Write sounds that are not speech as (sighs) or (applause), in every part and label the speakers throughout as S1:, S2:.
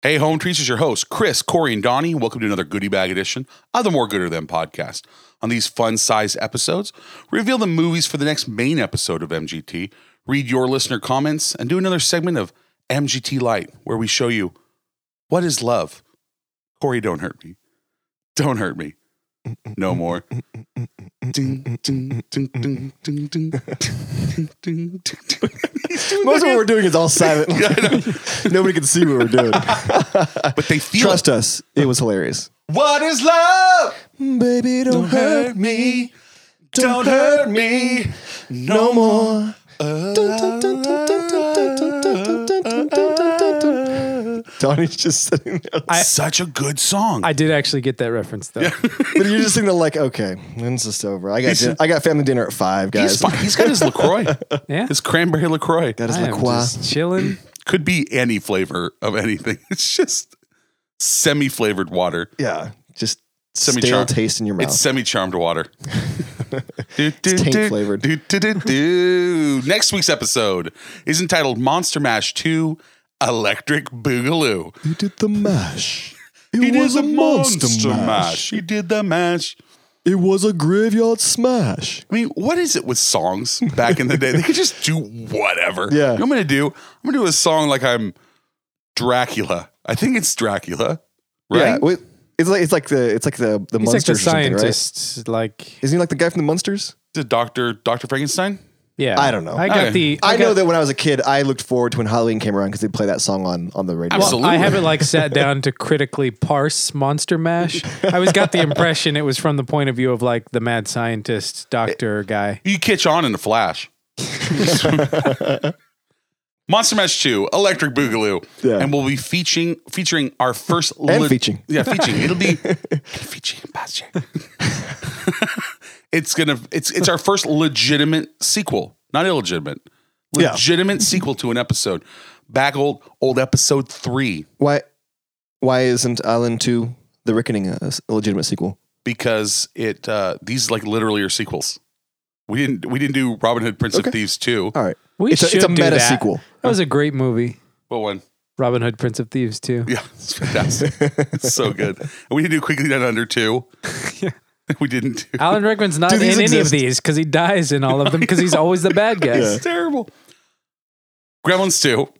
S1: Hey, Home Treats is your host, Chris, Corey, and Donnie. Welcome to another Goodie Bag edition of the More Gooder Than podcast. On these fun size episodes, we reveal the movies for the next main episode of MGT, read your listener comments, and do another segment of MGT Light, where we show you what is love. Corey, don't hurt me. Don't hurt me. No more. (laughs) Ding, ding, ding, ding, ding, ding, ding, ding, ding, ding.
S2: Most of what we're doing is all (laughs) silent. Nobody can see what we're (laughs) doing.
S1: But they feel
S2: Trust us, it was hilarious.
S1: What is love?
S2: Baby, don't hurt me
S1: Don't hurt me
S2: no more. Donnie's just sitting there.
S1: Such a good song.
S3: I did actually get that reference though.
S2: But you're just sitting there like, okay, it's just over. I got din- I got family dinner at five,
S1: He's
S2: guys.
S1: fine. He's got his (laughs) LaCroix,
S3: Yeah.
S1: his cranberry LaCroix.
S2: Got his
S3: I am
S2: LaCroix.
S3: just chilling.
S1: Could be any flavor of anything. (laughs) It's just semi flavored water.
S2: Yeah, just stale
S1: Semi-charmed.
S2: taste in your mouth.
S1: It's semi charmed (laughs) water.
S2: It's taint flavored.
S1: (laughs) Next week's episode is entitled Monster Mash 2 Electric Boogaloo.
S2: you did the mash. It
S1: He did the He did the mash.
S2: It was a graveyard smash.
S1: I mean, what is it with songs back in the day? They could just do whatever.
S2: Yeah.
S1: You know what I'm gonna do. I'm gonna do a song like I'm Dracula. I think it's Dracula,
S2: Yeah,
S1: right?
S2: wait, it's like it's like the it's like the the
S3: He's like the
S2: monsters. or something, right?
S3: scientist. Like
S2: Isn't he like the guy from the Monsters?
S1: The Doctor Doctor Frankenstein.
S3: yeah.
S2: I don't know.
S3: I got
S1: Okay.
S3: the
S2: I, know
S3: got-
S2: that when I was a kid, I looked forward to when Halloween came around because they'd play that song on on the radio.
S1: Absolutely.
S3: I haven't
S1: (laughs)
S3: like sat down to critically parse Monster Mash. I always got the impression it was from the point of view of like the mad scientist doctor guy.
S1: You catch on in a
S2: (laughs)
S1: flash. Monster Mash 2, Electric Boogaloo.
S2: Yeah.
S1: And we'll be featuring featuring our first
S2: And featuring.
S1: Yeah, featuring. It'll
S2: (laughs)
S1: be featuring Pastor. (laughs) It's gonna it's it's our first legitimate sequel, not illegitimate.
S2: Yeah.
S1: Legitimate sequel to an episode. Back old old episode three.
S2: Why? Why isn't Island Two: The Reckoning a, s- a legitimate sequel?
S1: Because it uh these like literally are sequels. We didn't we didn't do Robin Hood Prince
S2: Okay. Uh,
S1: of Thieves 2.
S2: All right,
S3: We
S2: it's a,
S3: should
S2: it's a
S3: do
S2: meta
S3: that.
S2: sequel.
S3: That was a great movie.
S1: What one?
S3: Robin Hood, Prince of Thieves too.
S1: Yeah, it's fantastic. it's so good. And we didn't do Quickly Done Under
S2: (laughs)
S1: two. (laughs) We didn't do.
S3: Alan Rickman's not
S2: Do
S3: in
S2: these
S3: any of
S2: exist?
S3: these because he dies in all
S2: (laughs)
S3: of them because he's always the bad guy.
S1: It's terrible. Gremlins two,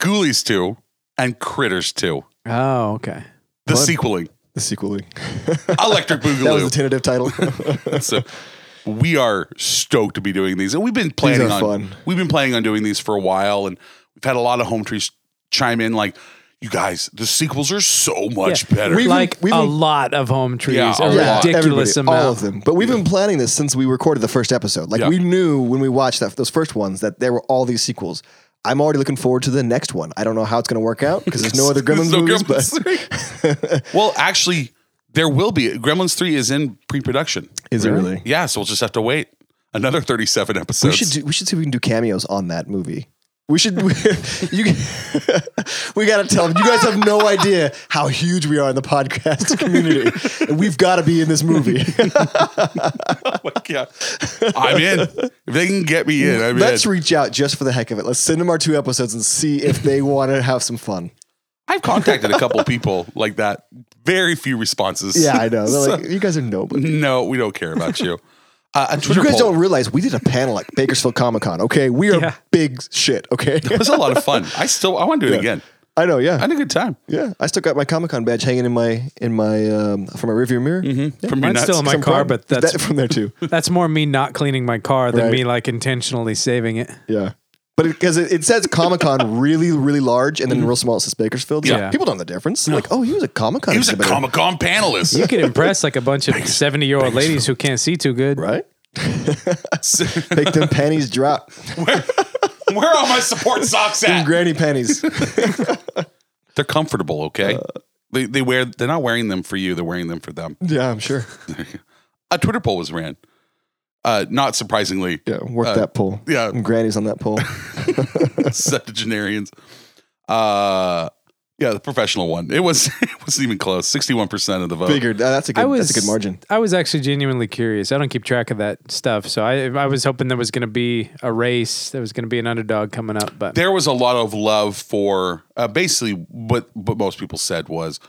S1: Ghoulies two, and Critters two.
S3: Oh, okay.
S1: The
S2: Fun. (laughs)
S1: sequeling,
S2: The sequel.
S1: Electric
S2: That was the
S1: Boogaloo.
S2: tentative (laughs) title.
S1: so we are stoked to be doing these, and we've been planning
S2: are
S1: on.
S2: fun.
S1: We've been planning on doing these for a while, and we've had a lot of home trees chime in like. You guys, the sequels are so much better.
S2: We've been-
S3: like
S2: we've
S3: a
S2: been-
S3: lot of home trees,
S1: Yeah, a
S3: a
S1: lot.
S3: ridiculous
S2: everybody,
S3: amount.
S2: all of them. But we've been planning this since we recorded the first episode. Like
S1: Yeah.
S2: we knew when we watched that, those first ones that there were all these sequels. I'm already looking forward to the next one. I don't know how it's going to work out because there's no
S1: (laughs)
S2: other Gremlins
S1: There's no
S2: movies,
S1: Gremlins three.
S2: but (laughs)
S1: well, actually, there will be. Gremlins 3 is in pre production.
S2: is it really?
S1: Yeah, so we'll just have to wait another 37 episodes.
S2: We should do, we should see if we can do cameos on that movie. We should (laughs) we, you (laughs) we got to tell them you guys have no idea how huge we are in the (laughs) podcast community. And we've got to be in this movie.
S1: (laughs)
S2: (laughs)
S1: Like, yeah. I'm in. If they can get me in, I'm
S2: Let's
S1: in.
S2: reach out just for the heck of it. Let's send them our two episodes and see if they want to have some fun.
S1: I've contacted a couple people like that. Very few responses.
S2: (laughs) Yeah, I know. They're
S1: (laughs) So,
S2: like, you guys are nobody.
S1: no, we don't care about
S2: (laughs)
S1: you. Uh, a Twitter
S2: You guys
S1: poll.
S2: don't realize we did a panel at Bakersfield Comic Con. Okay, we are
S3: Yeah.
S2: big shit. (laughs) Okay,
S1: It was a lot of fun. I still, I want to do it again.
S2: I know.
S1: I
S2: Yeah,
S1: had a good time.
S2: yeah. I still got my Comic Con badge hanging in my in my um, from my rearview mirror.
S1: From your
S3: Mine's
S1: nuts.
S3: still in my
S2: Some
S3: car,
S2: prob-
S3: but that's
S2: that from there too.
S3: that's more me not cleaning my car than
S2: Right.
S3: me like intentionally saving it.
S2: Yeah. But because it, it says Comic Con really, really large, and then real small it says Bakersfield. So
S3: Yeah.
S2: People don't know the difference. They're Like, oh, he was a Comic Con.
S1: he was a
S2: exhibitor."
S1: Comic Con
S2: (laughs)
S1: panelist.
S3: You could impress like a bunch of seventy year old ladies who can't see too good.
S2: right? Make them panties drop,
S1: Where are my support socks at?
S2: granny panties.
S1: They're comfortable, okay? they they wear they're not wearing them for you, they're wearing them for them.
S2: yeah, I'm sure.
S1: A Twitter poll was ran. Uh not surprisingly,
S2: Yeah, work that pole.
S1: yeah.
S2: And grannies on that pole.
S1: septuagenarians. Uh Yeah, the professional one. It was (laughs) it wasn't even close. Sixty one percent of the vote.
S2: Figured uh, that's a
S3: I
S2: good.
S3: was
S2: that's a good margin.
S3: I was actually genuinely curious. I don't keep track of that stuff, so I I was hoping there was going to be a race, there was going to be an underdog coming up, but
S1: There was a lot of love for uh, basically what what most people said was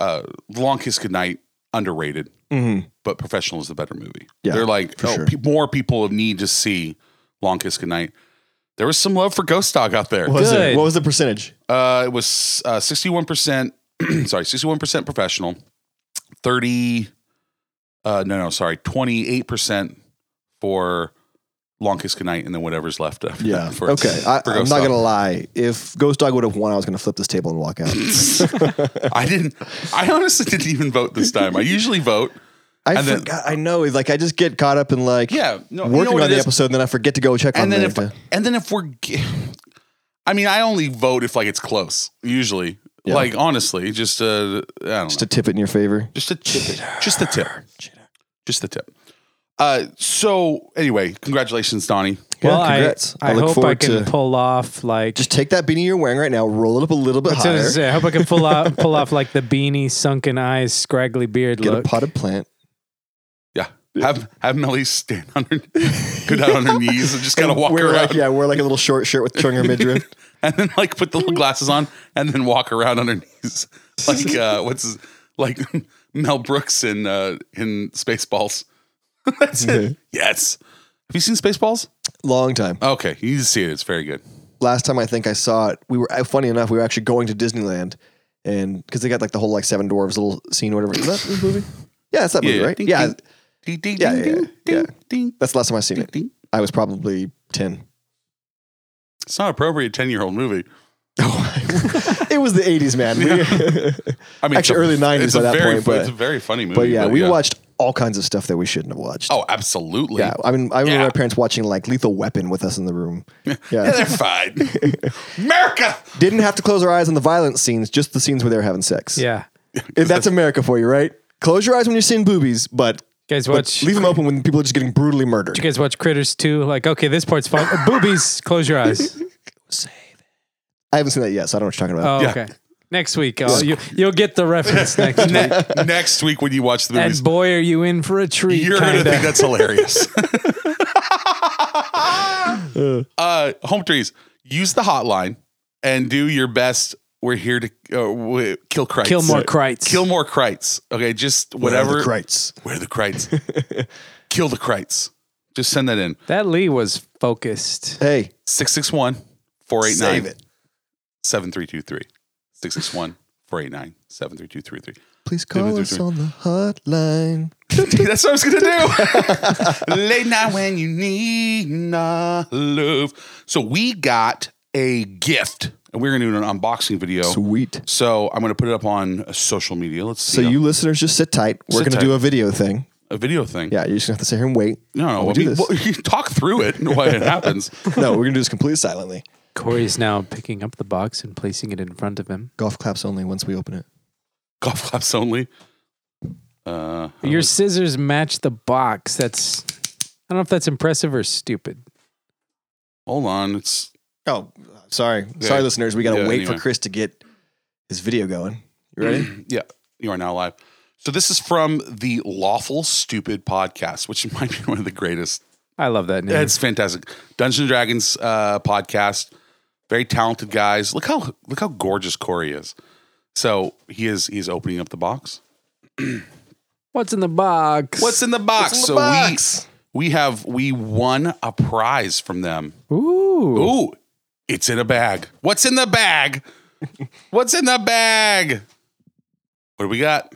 S1: uh, Long Kiss Goodnight underrated,
S2: Mm-hmm.
S1: but Professional is the better movie.
S2: Yeah,
S1: They're like
S2: for
S1: oh,
S2: sure.
S1: pe- more people need to see Long Kiss Goodnight. There was some love for Ghost Dog out there.
S2: What was
S3: Good.
S2: it? What was the percentage?
S1: Uh, it was uh, 61%, (clears throat) sorry, 61% professional, 30, uh, no, no, sorry, 28% for Long Kiss Goodnight, and then whatever's left after
S2: Yeah.
S1: that. for-
S2: Okay. I,
S1: for
S2: I'm not
S1: Ghost
S2: gonna
S1: Dog.
S2: lie. If Ghost Dog would have won, I was gonna flip this table and walk out.
S1: (laughs) I didn't, I honestly didn't even vote this time. I usually vote.
S2: I
S1: And then-
S2: forgot. I know. it's Like I just get caught up in like
S1: Yeah. No, you know
S2: working
S1: what
S2: on
S1: it
S2: the
S1: is?
S2: episode, and then I forget to go check on
S1: And then
S2: the.
S1: if, and then if we're, g- I mean, I only vote if like it's close, usually.
S2: Yeah.
S1: Like, honestly, just, uh, I don't know.
S2: just to tip it in your favor.
S1: Just a tip. Just a tip. Just a tip. Uh, so anyway, congratulations, Donnie.
S3: well,
S2: Yeah,
S3: I,
S2: congrats.
S3: I,
S2: I look
S3: hope I
S2: forward
S3: can
S2: to-
S3: pull off like
S2: Just take that beanie you're wearing right now, roll it up a little bit
S3: That's what I was
S2: higher,
S3: gonna say. I hope I can pull
S2: (laughs)
S3: off pull off like the beanie, sunken eyes, scraggly beard
S2: get a
S3: look.
S2: potted plant.
S1: Yeah. Have have Melly stand (laughs) on her go down on her knees and just kind of walk
S2: wear
S1: around.
S2: Like, yeah, wear like a little short shirt with chung or midriff.
S1: (laughs) And then like put the
S2: (laughs)
S1: little glasses on and then walk around on her knees. Like uh what's his, like (laughs) Mel Brooks in uh in Spaceballs. (laughs) That's
S2: Mm-hmm.
S1: it. Yes. Have you seen Spaceballs?
S2: Long time.
S1: Okay, you need to see it. It's very good.
S2: Last time I think I saw it, we were uh, funny enough. We were actually going to Disneyland, and because they got like the whole like Seven Dwarves little scene, or whatever. Is that this movie? Yeah, that's that movie, right?
S1: Ding,
S2: yeah,
S1: ding, ding, ding,
S2: Yeah,
S1: ding,
S2: yeah,
S1: ding,
S2: yeah.
S1: ding, ding,
S2: that's the last time I seen
S1: ding,
S2: it.
S1: ding.
S2: I was probably
S1: (laughs)
S2: ten.
S1: It's not appropriate ten year old movie.
S2: it was the '80s, man. We- (laughs)
S1: I mean,
S2: Actually,
S1: it's a-
S2: early 90s
S1: it's a
S2: by that
S1: very
S2: point,
S1: fu-
S2: but-
S1: it's a very funny movie.
S2: but yeah, we watched all kinds of stuff that we shouldn't have watched.
S1: Oh, absolutely. (laughs)
S2: Yeah, I mean, I remember
S1: Yeah.
S2: my parents watching like Lethal Weapon with us in the room.
S1: Yeah,
S2: Yeah,
S1: they're
S2: (laughs)
S1: fine. America.
S2: didn't have to close our eyes on the violent scenes, just the scenes where they were having sex.
S3: yeah,
S2: If that's America for you, right? Close your eyes when you're seeing boobies, but
S3: guys,
S2: but
S3: watch.
S2: leave them open when people are just getting brutally murdered.
S3: you guys watch Critters too. Like, okay, this part's fun. Uh, boobies, close your eyes.
S2: I haven't seen that yet, so I don't know what you're talking about.
S3: Oh,
S1: Yeah.
S3: okay. Next week, I'll, you you'll get the reference next week.
S1: Ne- next week when you watch the movies,
S3: And boy, are you in for a treat!
S1: you're
S3: kinda.
S1: gonna think that's
S2: (laughs)
S1: hilarious. uh, home trees. Use the hotline and do your best. We're here to uh, w- kill Kreitz.
S3: Kill more Kreitz.
S1: Kill more Kreitz. Okay, just whatever.
S2: Where are the Kreitz?
S1: Where are the Kreitz?
S2: (laughs)
S1: kill the Kreitz. Just send that in.
S3: that Lee was focused.
S2: Hey,
S1: 661 489.
S2: save it.
S1: 7323 661 489 7323.
S2: Please call us on the hotline.
S1: That's what I was going to do. (laughs) Late night when you need not love. So we got a gift and we're going to do an unboxing video.
S2: Sweet.
S1: So I'm going to put it up on social media. Let's see.
S2: So you listeners just sit tight. We're
S1: Sit
S2: going to
S1: tight.
S2: do a video thing.
S1: a video thing.
S2: Yeah, you're just going to have to sit here and
S1: (laughs)
S2: wait.
S1: No, no.
S2: while
S1: I
S2: we
S1: mean,
S2: do
S1: well, you (laughs) talk through it and why it happens.
S2: this. no, we're going to do this completely silently.
S3: Corey's now picking up the box and placing it in front of him.
S2: Golf claps only once we open it.
S1: Golf claps only. Uh,
S3: Your scissors match the box. That's I don't know if that's impressive or stupid.
S1: hold on. It's
S2: Oh, sorry.
S1: Yeah.
S2: Sorry, listeners. We got to
S1: Yeah,
S2: wait
S1: anyway.
S2: for Chris to get his video going. You ready?
S1: (clears throat) yeah, you are now live. So this is from the Lawful Stupid podcast, which (laughs) might be one of the greatest.
S3: I love that name.
S1: It's fantastic. Dungeons and Dragons uh, podcast. Very talented guys. Look how look how gorgeous Corey is. So he is he's opening up the box.
S3: What's in the box?
S1: What's in the box?
S2: in the
S1: so
S2: box?
S1: we we have we won a prize from them.
S3: Ooh.
S1: Ooh, it's in a bag. What's in the (laughs) bag? What's in the bag? What do we got?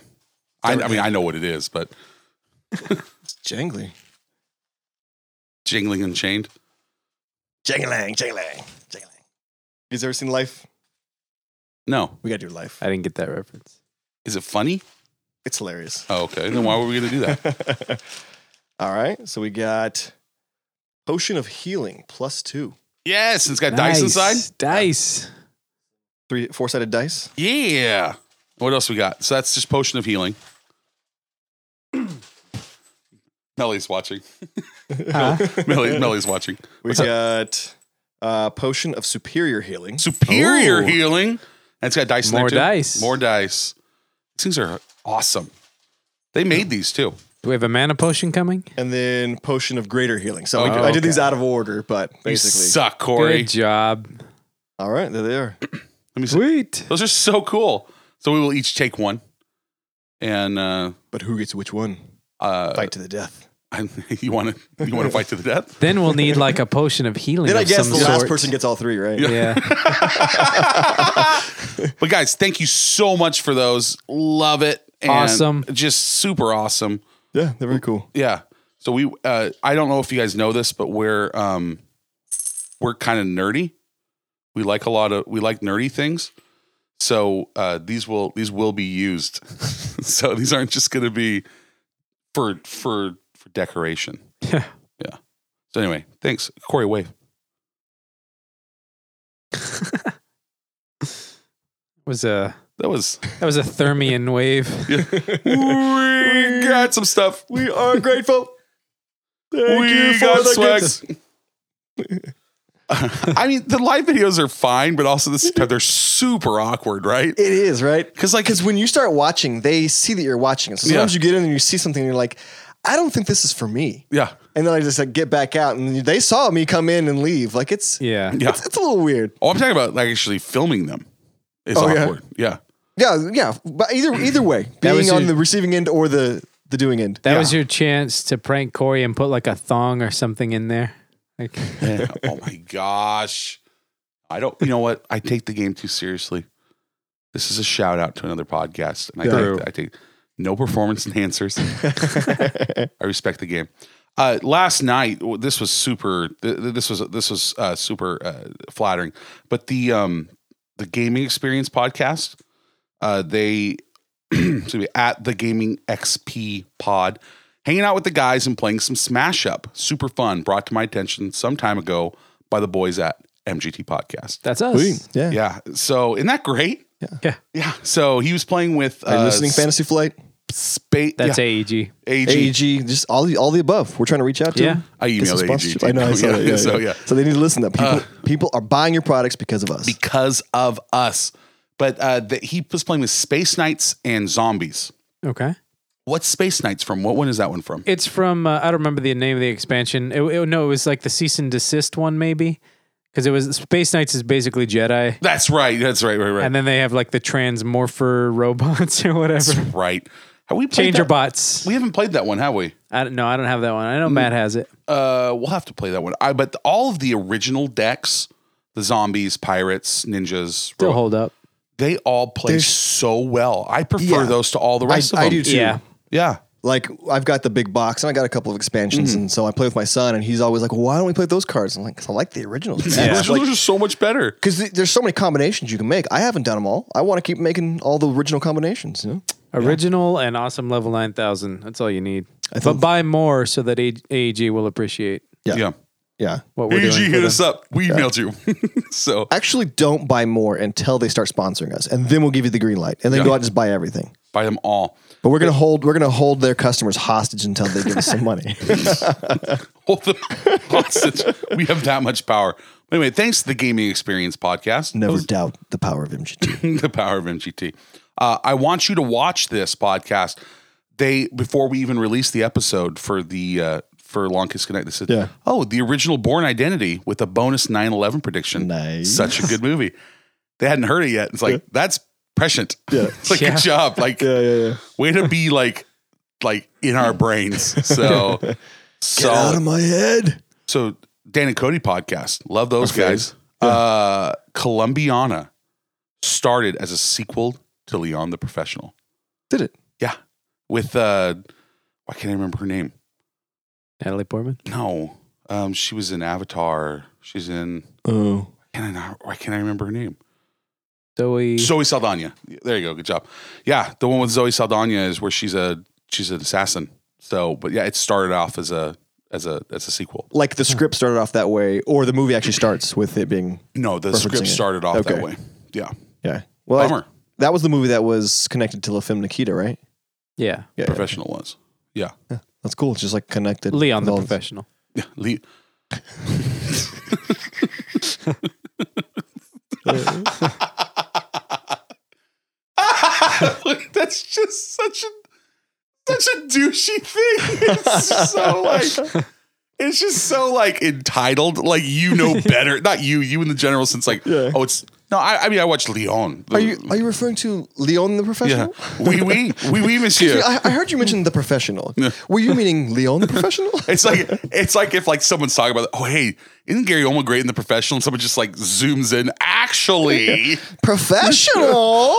S1: I, I mean, I know what it is, but
S2: It's jangly.
S1: jingling and chained.
S2: Jangling, jangling, jangling. You guys ever seen Life?
S1: No.
S2: We got to do Life.
S3: I didn't get that reference.
S1: Is it funny?
S2: It's hilarious. (laughs)
S1: Oh, okay. Then why were we going to do (laughs) that?
S2: All right. So we got Potion of Healing plus two.
S1: yes, it's got dice inside.
S3: Dice.
S2: Three, four sided dice.
S1: Yeah. What else we got? So that's just potion of healing. (clears throat) Melly's watching. (laughs) Melly, Melly's watching.
S2: We got uh, Potion of Superior Healing.
S1: Superior
S3: Ooh.
S1: healing. And it's got dice in there
S3: Oh. More
S1: too.
S3: dice.
S1: More dice. These things are awesome. They made these too.
S3: Do we have a mana potion coming?
S2: and then potion of greater healing. So we-
S1: Oh,
S2: I did these out of order, but
S1: You
S2: basically,
S1: suck, Corey.
S3: Good job.
S2: all right, there they are.
S1: Let me see.
S3: Sweet.
S1: Those are so cool. So we will each take one. And uh,
S2: But who gets which one?
S1: uh, (laughs)
S2: Fight to the death.
S1: I'm, you want to you want to fight to the death?
S3: Then we'll need like a potion of healing.
S2: Then I
S3: of
S2: guess
S3: some
S2: the last
S3: sort.
S2: person gets all three, right?
S3: (laughs) Yeah.
S1: But guys, thank you so much for those. Love it. And
S3: Awesome.
S1: Just super awesome.
S2: yeah they're very cool.
S1: Yeah. So we uh I don't know if you guys know this, but we're um we're kind of nerdy. We like a lot of we like nerdy things. So uh these will these will be used. (laughs) so these aren't just going to be for for for decoration.
S3: Yeah.
S1: Yeah. So anyway, thanks. Corey wave.
S3: was a
S1: That
S3: (laughs)
S1: was (laughs)
S3: that was a thermian wave.
S1: We got some stuff.
S2: We are grateful. Thank
S1: we got swag. (laughs) I mean, the live videos are fine, but also this they're super awkward, right?
S2: It is right
S1: Because like
S2: because when you start watching, they see that you're watching it. So sometimes
S1: Yeah.
S2: you get in and you see something, and you're like, I don't think this is for me.
S1: yeah,
S2: And then I just like get back out, and they saw me come in and leave. Like it's
S3: Yeah.
S1: yeah.
S2: it's, it's a little weird.
S1: Oh, I'm talking about like actually filming them. It's
S2: Oh, yeah?
S1: awkward. Yeah.
S2: Yeah, yeah. But either either way,
S3: was
S2: being on
S3: your-
S2: the receiving end or the the doing end.
S3: That was your chance to prank Corey and put like a thong or something in there. Like
S1: (laughs) oh my gosh. I don't. You know what? I take the game too seriously. This is a shout out to another podcast, and I
S3: True.
S1: take, I take no performance enhancers. I respect the game. Uh, last night, w- this was super. th- th- This was this was uh, super uh, flattering. But the um, the gaming experience podcast, uh, they (clears throat) excuse me, at the gaming XP pod, hanging out with the guys and playing some Smash Up. Super fun. Brought to my attention some time ago by the boys at MGT Podcast.
S3: that's us.
S2: Yeah.
S1: Yeah. So isn't that great?
S3: Yeah.
S1: Yeah. So he was playing with uh,
S2: Are you listening Fantasy Flight?
S1: Space.
S3: That's E AEG.
S1: AG.
S2: AEG, just all the, all the above. We're trying to reach out to
S3: Yeah.
S2: them.
S1: I
S2: Get
S1: emailed
S2: some
S1: AG.
S2: sponsorship. I know. I saw that. Yeah,
S1: so
S2: yeah.
S1: (laughs) yeah. Uh,
S2: So they need to listen to that. People, people are buying your products because of us.
S1: because of us. But uh, the, he was playing with Space Knights and Zombies.
S3: Okay.
S1: What's Space Knights from? What one is that one from?
S3: It's from uh, I don't remember the name of the expansion. It, it- no, it was like the cease and desist one maybe, because it was Space Knights is basically Jedi,
S1: That's right. That's right. Right. Right.
S3: and then they have like the transmorpher (laughs) robots or whatever.
S1: right. Have we played
S3: Changer
S1: that?
S3: bots.
S1: We haven't played that one, have we?
S3: I don't know. I don't have that one. I know Matt has it.
S1: Uh, we'll have to play that one. I but all of the original decks, the zombies, pirates, ninjas,
S3: Still
S1: ro-
S3: hold up.
S1: they all play
S2: There's-
S1: so well. I prefer
S2: Yeah.
S1: those to all the
S2: I,
S1: rest of
S2: I
S1: them.
S2: do too.
S3: Yeah.
S1: Yeah.
S2: Like I've got the big box and I got a couple of expansions, and so I play with my son, and he's always like, "Why don't we play with those cards?" I'm like, "Cause I like the originals."
S1: The
S3: Yeah.
S2: (laughs)
S1: originals are just so much better.
S2: Because there's so many combinations you can make. I haven't done them all. I want to keep making all the original combinations. You know?
S3: Original and awesome level 9000. That's all you need. But buy more so that A- AEG will appreciate
S2: Yeah.
S1: Yeah.
S2: Yeah.
S3: what we're
S1: AG
S3: doing. for
S1: hit
S3: them.
S1: us up. We emailed you. (laughs) so
S2: Actually, don't buy more until they start sponsoring us, and then we'll give you the green light, and then
S1: Yeah.
S2: go out and just buy everything.
S1: buy them all. (laughs)
S2: But we're gonna hold we're gonna hold their customers hostage until they give us some money. (laughs)
S1: hold them (laughs) hostage. we have that much power. Anyway, thanks to the Gaming Experience podcast,
S2: Never doubt the power of
S1: (laughs)
S2: MGT.
S1: the power of MGT. Uh, I want you to watch this podcast. They before we even released the episode for the uh, for Long Kiss Connect. They said,
S2: Yeah.
S1: "Oh, the original Born Identity with a bonus 9/11 prediction.
S2: Nice.
S1: Such a good movie. They hadn't heard it yet. It's like that's prescient. (laughs)
S2: Yeah.
S1: it's like
S3: Yeah.
S1: good job. Like
S2: yeah, yeah.
S1: way to be like like in our
S2: (laughs)
S1: brains. So
S2: Get out of my head.
S1: So Dan and Cody podcast, love those
S2: Okay.
S1: guys. Uh, Columbiana started as a sequel to Leon the Professional.
S2: Did it?
S1: Yeah, with uh, why can't I remember her name?
S3: Natalie Portman.
S1: No, um, she was in Avatar. She's in.
S2: Oh,
S1: Can I not? Why can't I remember her name?
S3: So we
S1: Zoe Saldana. There you go. Good job. Yeah, the one with Zoe Saldana is where she's a she's an assassin. So, but yeah, it started off as a as a as a sequel.
S2: like the script started off that way, or the movie actually starts with it being
S1: No, the script
S2: it.
S1: started off that
S2: Okay.
S1: way. Yeah,
S2: yeah. Well, I-
S1: Bummer.
S2: that was the movie that was connected to the film Nikita, right?
S3: yeah.
S2: Yeah, yeah.
S1: professional was. Yeah.
S2: that's cool. It's just like connected.
S3: Leon
S2: with
S3: the
S2: all-
S3: professional.
S1: Yeah, Le- Like, (laughs) that's just such a such a douchey thing. It's just so like it's just so like entitled. Like you know
S2: (laughs)
S1: better. Not you, you in the general sense, like
S2: Yeah.
S1: oh it's no, I, I mean I watched Leon.
S2: Are you are you referring to Leon the
S1: yeah.
S2: Professional?
S1: Oui, oui, oui, oui, monsieur.
S2: (laughs) I, I heard you mention the professional. Were you meaning Leon the
S1: (laughs)
S2: Professional?
S1: It's like it's like if like someone's talking about oh hey, isn't Gary Oldman great in the professional? And someone just like zooms in. Actually, (laughs)
S2: professional.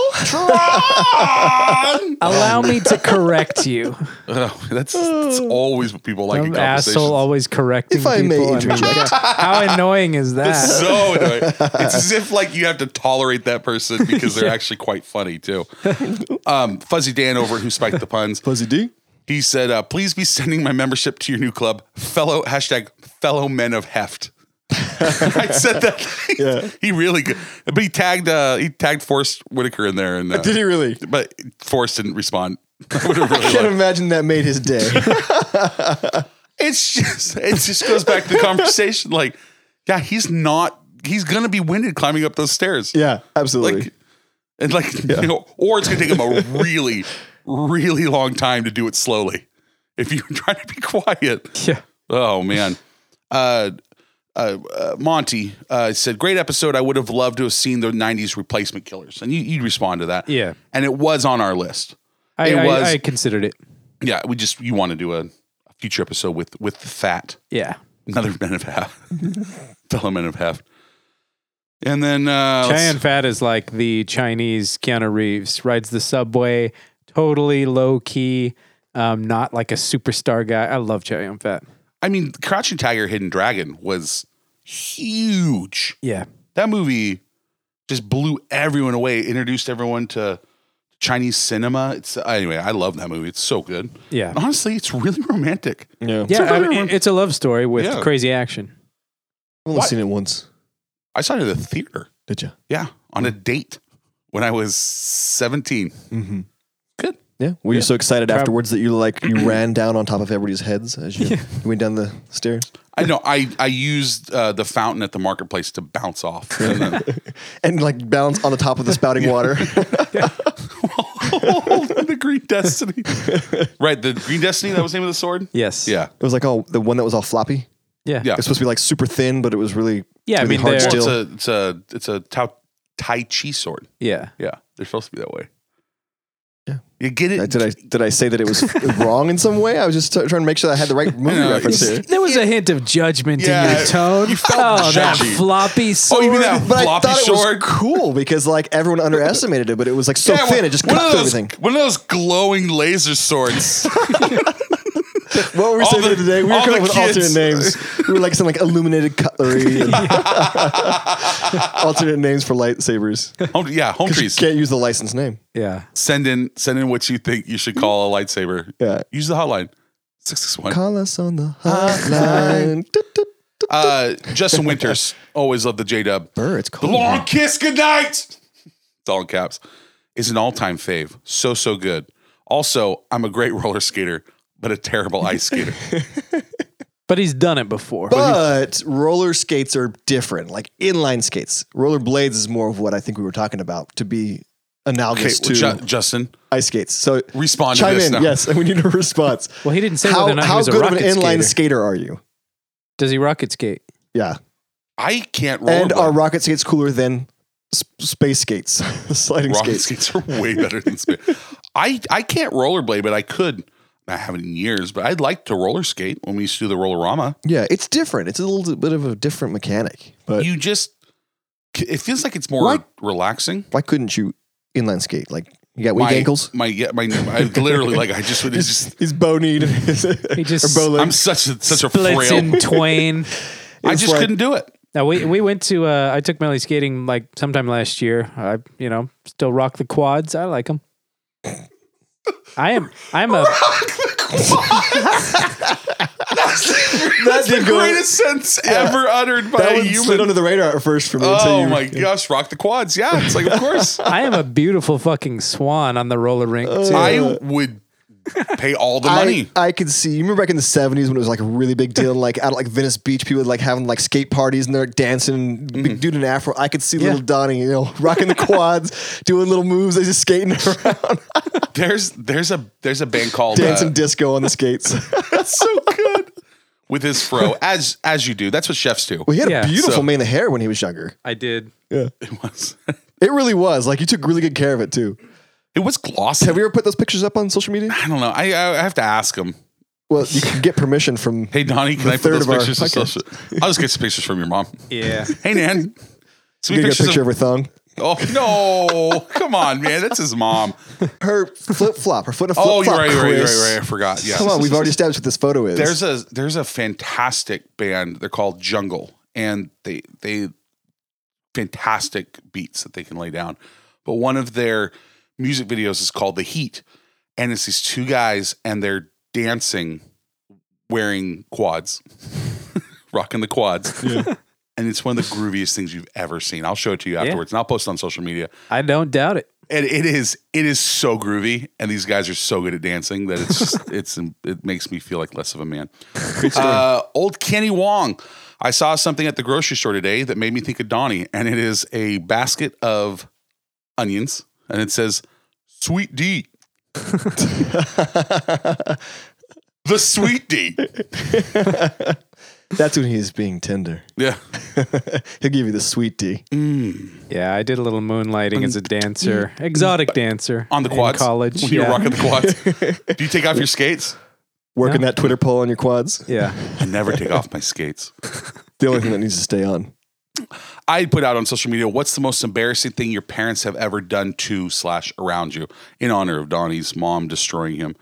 S1: Tron!
S3: Allow
S2: (laughs)
S3: me to correct you.
S1: Oh, that's, that's always what people like in
S3: Some asshole
S1: conversations.
S3: always correcting
S2: If I may
S3: people.
S2: interject.
S3: how annoying is
S1: It's
S3: that?
S1: (laughs) so annoying. It's as if like you have to tolerate that person because they're actually quite funny too. Um, Fuzzy Dan over at who spiked the puns.
S2: Fuzzy D.
S1: He said, uh, "Please be sending my membership to your new club, fellow hashtag fellow men of heft." (laughs) I said that. (laughs)
S2: Yeah.
S1: he really good, but he tagged uh, he tagged Forrest Whitaker in there, and uh,
S2: Did he really?
S1: But Forrest didn't respond. (laughs) I would have really
S2: Can't
S1: liked-
S2: imagine that made his
S1: (laughs)
S2: day.
S1: It's just it just goes back to the conversation. Like, yeah, he's not. He's gonna be winded climbing up those stairs.
S2: (laughs) yeah, absolutely.
S1: like and like you know, or it's gonna take him a really, really long time to do it slowly if you're (laughs) trying to be quiet.
S3: (laughs) Yeah.
S1: Oh man. Uh, uh, uh, Monty uh, said, "Great episode. I would have loved to have seen the '90s replacement killers." And you, you respond to that,
S3: Yeah.
S1: And it was on our list.
S3: I,
S1: It
S3: I,
S1: was.
S3: I considered it.
S1: Yeah, we just you want to do a, a future episode with with the fat.
S3: Yeah.
S1: another men of half, fellow men of half. And then uh,
S3: Chai and
S1: let's-
S3: Fat is like the Chinese Keanu Reeves. Rides the subway, totally low key, um, not like a superstar guy. I love Chai and Fat.
S1: I mean, Crouching Tiger, Hidden Dragon was huge.
S3: Yeah.
S1: That movie just blew everyone away. Introduced everyone to Chinese cinema. It's anyway, I love that movie. It's so good.
S3: Yeah.
S1: honestly, it's really romantic.
S2: yeah.
S3: Yeah. I
S1: another
S3: mean,
S1: one.
S3: it's a love story with
S1: Yeah.
S3: crazy action.
S2: I've only
S1: What?
S2: seen it once.
S1: I saw it at the theater.
S2: Did you?
S1: Yeah, on a date when I was seventeen.
S2: Mm-hmm.
S1: Good.
S2: Yeah. Were you so excited
S3: Prob-
S2: afterwards that you like you ran down on top of everybody's heads as
S3: (laughs)
S2: you went down the stairs?
S1: I know. I I used uh, the fountain at the marketplace to bounce off.
S3: (laughs)
S1: And (laughs) then-
S2: and like balance on the top of the spouting water.
S1: the Green Destiny. right, the Green Destiny, that was the name of the sword?
S3: Yes.
S1: Yeah.
S2: It was like all the one that was all floppy.
S3: Yeah.
S1: Yeah.
S2: It's supposed to be like super thin, but it was really
S3: Yeah, I
S2: really
S3: mean,
S2: hard
S3: they're-
S1: Well,
S2: still.
S1: it's a it's a it's a Tao Tai Chi sword.
S3: Yeah.
S1: Yeah. They're supposed to be that way.
S2: Yeah.
S1: You get it.
S2: Uh, did I did I say that it was
S3: (laughs)
S2: wrong in some way? I was just t- trying to make sure I had
S1: (laughs)
S2: the right movie
S1: No,
S2: reference
S1: it's-
S2: here.
S3: There was a hint of judgment in
S1: Yeah.
S3: your tone.
S1: You felt
S3: oh, that
S1: judgy.
S3: floppy
S1: oh,
S3: sword.
S1: you mean that
S2: But I
S1: floppy
S2: thought it
S1: sword?
S2: was cool because like everyone underestimated it, but it was like so
S1: Yeah,
S2: thin it just
S1: one
S2: cut
S1: of
S2: through
S1: those-
S2: everything.
S1: One of those glowing laser
S2: (laughs)
S1: swords.
S2: What were we
S1: all
S2: saying
S1: the-
S2: today? We were
S1: all
S2: coming
S1: the
S2: up with
S1: kids-
S2: alternate names. We were like some like illuminated
S1: (laughs)
S2: cutlery, and (laughs) alternate names for lightsabers.
S1: Home, yeah, home
S2: You
S1: trees.
S2: can't use the licensed name.
S3: yeah.
S1: Send in send in what you think you should call a lightsaber.
S2: Yeah.
S1: Use the hotline. Six six one.
S2: Call us on the
S1: (laughs)
S2: hotline. Doot, doot.
S1: Uh
S2: (laughs)
S1: Justin Winters. Always love the J dub.
S2: Burr, it's
S1: The
S2: cold.
S1: long kiss goodnight. It's all in caps. Is an all-time fave. So so good. Also, I'm a great roller skater, but a terrible ice
S2: (laughs)
S1: skater.
S3: But he's done it before.
S2: But roller skates are different, like inline skates. Roller blades is more of what I think we were talking about to be
S1: Okay,
S2: analogous
S1: well,
S2: to
S1: Ju- Justin,
S2: ice skates. So
S1: respond to
S2: chime
S1: this
S2: in,
S1: now.
S2: yes, and we need a response.
S3: (laughs) well, he didn't say
S2: how
S3: whether or not he
S2: how
S3: was a
S2: good of an
S3: rocket
S2: inline
S3: skater.
S2: skater are you?
S3: Does he rocket skate?
S2: Yeah,
S1: I can't roller.
S2: and are
S1: blade.
S2: rocket skates cooler than s- space skates, (laughs) sliding
S1: rocket
S2: skates?
S1: skates are way better than
S2: (laughs)
S1: spin. I I can't rollerblade, but I could. I haven't in years, but I'd like to roller skate when we used to do the rollerama.
S2: Yeah, it's different. It's a little bit of a different mechanic. But
S1: You just it feels like it's more
S2: What?
S1: relaxing.
S2: why couldn't you inline skate? Like you got weak
S1: my
S2: ankles. (laughs)
S1: my yeah, my I literally like I just would it's just
S2: He's bow (laughs) kneed. he
S3: just-
S2: or bow
S1: I'm
S2: legged.
S1: such a such a
S3: Splits
S1: frail.
S3: in twain. (laughs)
S1: I
S2: It's
S1: just
S2: like-
S1: couldn't do it.
S3: Now we we went to uh, I took Melly skating like sometime last year. I you know still rock the quads. I like them. I am I'm a
S2: That
S1: the
S2: did go-
S1: greatest
S2: (laughs)
S1: sentence ever uttered by
S2: That
S1: a
S2: one slid
S1: human.
S2: under the radar at first for me. until
S1: Oh
S2: (laughs) you,
S1: my gosh, rock the quads.
S2: (laughs)
S1: Yeah, it's like, of course. Uh.
S3: I am a beautiful fucking swan on the roller rink too.
S1: I would Pay all the
S2: I,
S1: money.
S2: I could see. You remember back in the seventies when it was like a really big
S1: (laughs)
S2: deal, like out at like Venice Beach, people would like having like skate parties and they're like, dancing.
S1: Mm-hmm.
S2: Big dude in afro. I could see little Donnie, you know, (laughs) rocking the quads, doing little moves. They just
S1: (laughs)
S2: skating around,
S1: there's there's a there's a band called uh,
S2: dancing disco on the skates.
S1: (laughs) That's so good. With his
S2: (laughs)
S1: fro, as as you do. That's what chefs do.
S2: well, he had
S3: Yeah.
S2: a beautiful
S1: So-
S2: mane of hair when he was younger.
S3: I did.
S2: Yeah,
S1: It was (laughs)
S2: it really was. Like you took really good care of it too.
S1: it was glossy.
S2: Have we ever put those pictures up on social media?
S1: I don't know. I, I I have to ask him.
S2: Well, you can get permission from.
S1: Hey Donnie, can I put
S2: third
S1: those
S2: of our
S1: pictures? to
S2: podcast.
S1: social? I'll just get some pictures from your
S2: (laughs)
S1: mom.
S3: Yeah.
S1: Hey Nan, some
S2: You get a
S1: pictures
S2: picture of
S1: of-
S2: her thong.
S1: (laughs) oh no! Come on, man. That's his mom.
S2: Her flip flop, her foot in a flip
S1: Oh,
S2: flop.
S1: you're right. You're right. You're right.
S2: Chris.
S1: You're right. I forgot. Yes.
S2: Come on, we've already established what this photo is.
S1: there's a there's a fantastic band. They're called Jungle, and they they fantastic beats that they can lay down. But one of their music videos is called The Heat, and it's these two guys and they're dancing wearing quads, (laughs) rocking the quads. And it's one of the grooviest things you've ever seen. I'll show it to you afterwards, and I'll post it on social media.
S3: I don't doubt it.
S1: And it is it is so groovy, and these guys are so good at dancing that it's
S3: (laughs)
S1: just, it's it makes me feel like less of a man. Uh, old Kenny Wong, I saw something at the grocery store today that made me think of Donnie, and it is a basket of onions, and it says "Sweet
S3: (laughs)
S1: D." the sweet D.
S2: That's when he's being tender. (laughs)
S1: Yeah.
S2: He'll give you the sweet D.
S3: Yeah, I did a little moonlighting as a dancer, exotic dancer
S1: On the
S3: in
S1: quads.
S3: college.
S1: When you're
S3: yeah.
S1: rocking the
S3: (laughs)
S1: quads. Do you take off your skates?
S2: Working
S3: Yeah.
S2: that Twitter poll on your quads.
S3: (laughs) yeah.
S1: I never take off my skates.
S2: The only thing that needs to stay (laughs) on.
S1: I put out on social media, what's the most embarrassing thing your parents have ever done to slash around you in honor of Donnie's mom destroying him.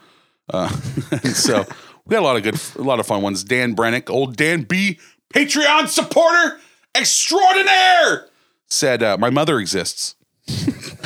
S1: Uh, (laughs) and so we got a lot of good, a lot of fun ones. Dan Brennick, old Dan B, Patreon supporter extraordinaire, said, uh, "My mother exists."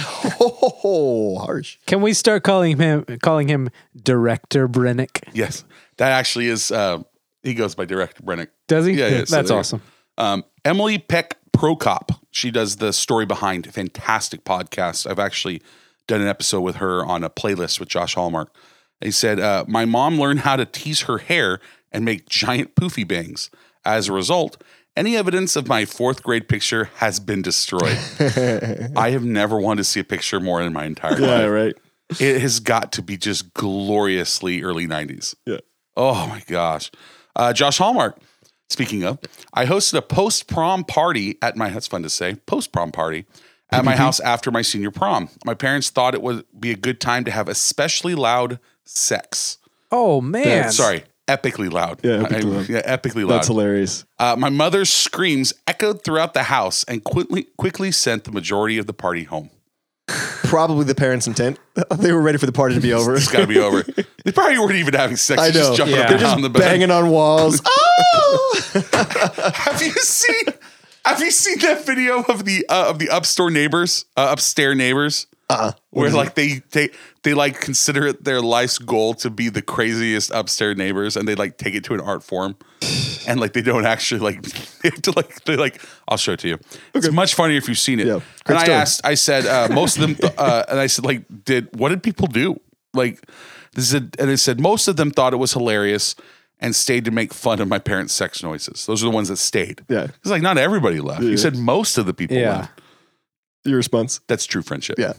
S2: Oh, harsh.
S3: Can we start calling him calling him Director Brennick?
S1: Yes, that actually is. Uh, he goes by Director Brennick.
S3: Does he?
S1: Yeah, yeah, so
S3: That's
S1: there you
S3: awesome.
S1: Um, Emily Peck Prokop. She does the story behind fantastic podcast. I've actually done an episode with her on a playlist with Josh Hallmark. He said, uh, "My mom learned how to tease her hair and make giant poofy bangs. As a result, any evidence of my fourth grade picture has been
S3: (laughs)
S1: destroyed. I have never wanted to see a picture more in my entire life.
S2: right.
S1: It has got to be just gloriously early '90s."
S2: Yeah.
S1: Oh my gosh. Uh, Josh Hallmark, speaking of, I hosted a post prom party at my, that's fun to say, post prom party at
S2: Mm-hmm.
S1: my house after my senior prom. My parents thought it would be a good time to have especially loud sex.
S3: Oh man.
S1: Sorry, epically loud.
S2: Yeah, epically
S1: I-
S2: loud.
S1: yeah, epically
S2: That's
S1: loud.
S2: hilarious.
S1: Uh, my mother's screams echoed throughout the house and quickly, quickly sent the majority of the party home.
S2: Probably the parents' intent. (laughs) They were ready for the party to be over.
S1: It's got to be
S2: (laughs)
S1: over. they probably weren't even having sex.
S2: I
S1: They're Just
S2: know.
S1: jumping
S3: Yeah.
S1: up
S3: They're
S1: and
S3: just
S1: down the bed.
S2: Banging on walls.
S1: (laughs)
S2: oh!
S1: Have you seen? Have you seen that video of the uh, of the upstore neighbors, uh, upstairs neighbors,
S2: Uh-uh.
S1: where like they they they like consider it their life's goal to be the craziest upstairs neighbors, and they like take it to an art
S2: (sighs)
S1: form, and like they don't actually like (laughs) they have to like they like I'll show it to you. It's much funnier if you've seen it.
S2: Yeah,
S1: and
S2: great
S1: I
S2: story.
S1: asked, I said uh, most of them, th- uh, and I said like did what did people do like this is a, and they said most of them thought it was hilarious. And stayed to make fun of my parents' sex noises. Those are the ones that stayed.
S2: Yeah.
S1: It's like not everybody left. You said most of the people
S3: Yeah.
S1: left.
S2: (laughs) Your response.
S1: That's true friendship. (laughs)
S2: Yeah.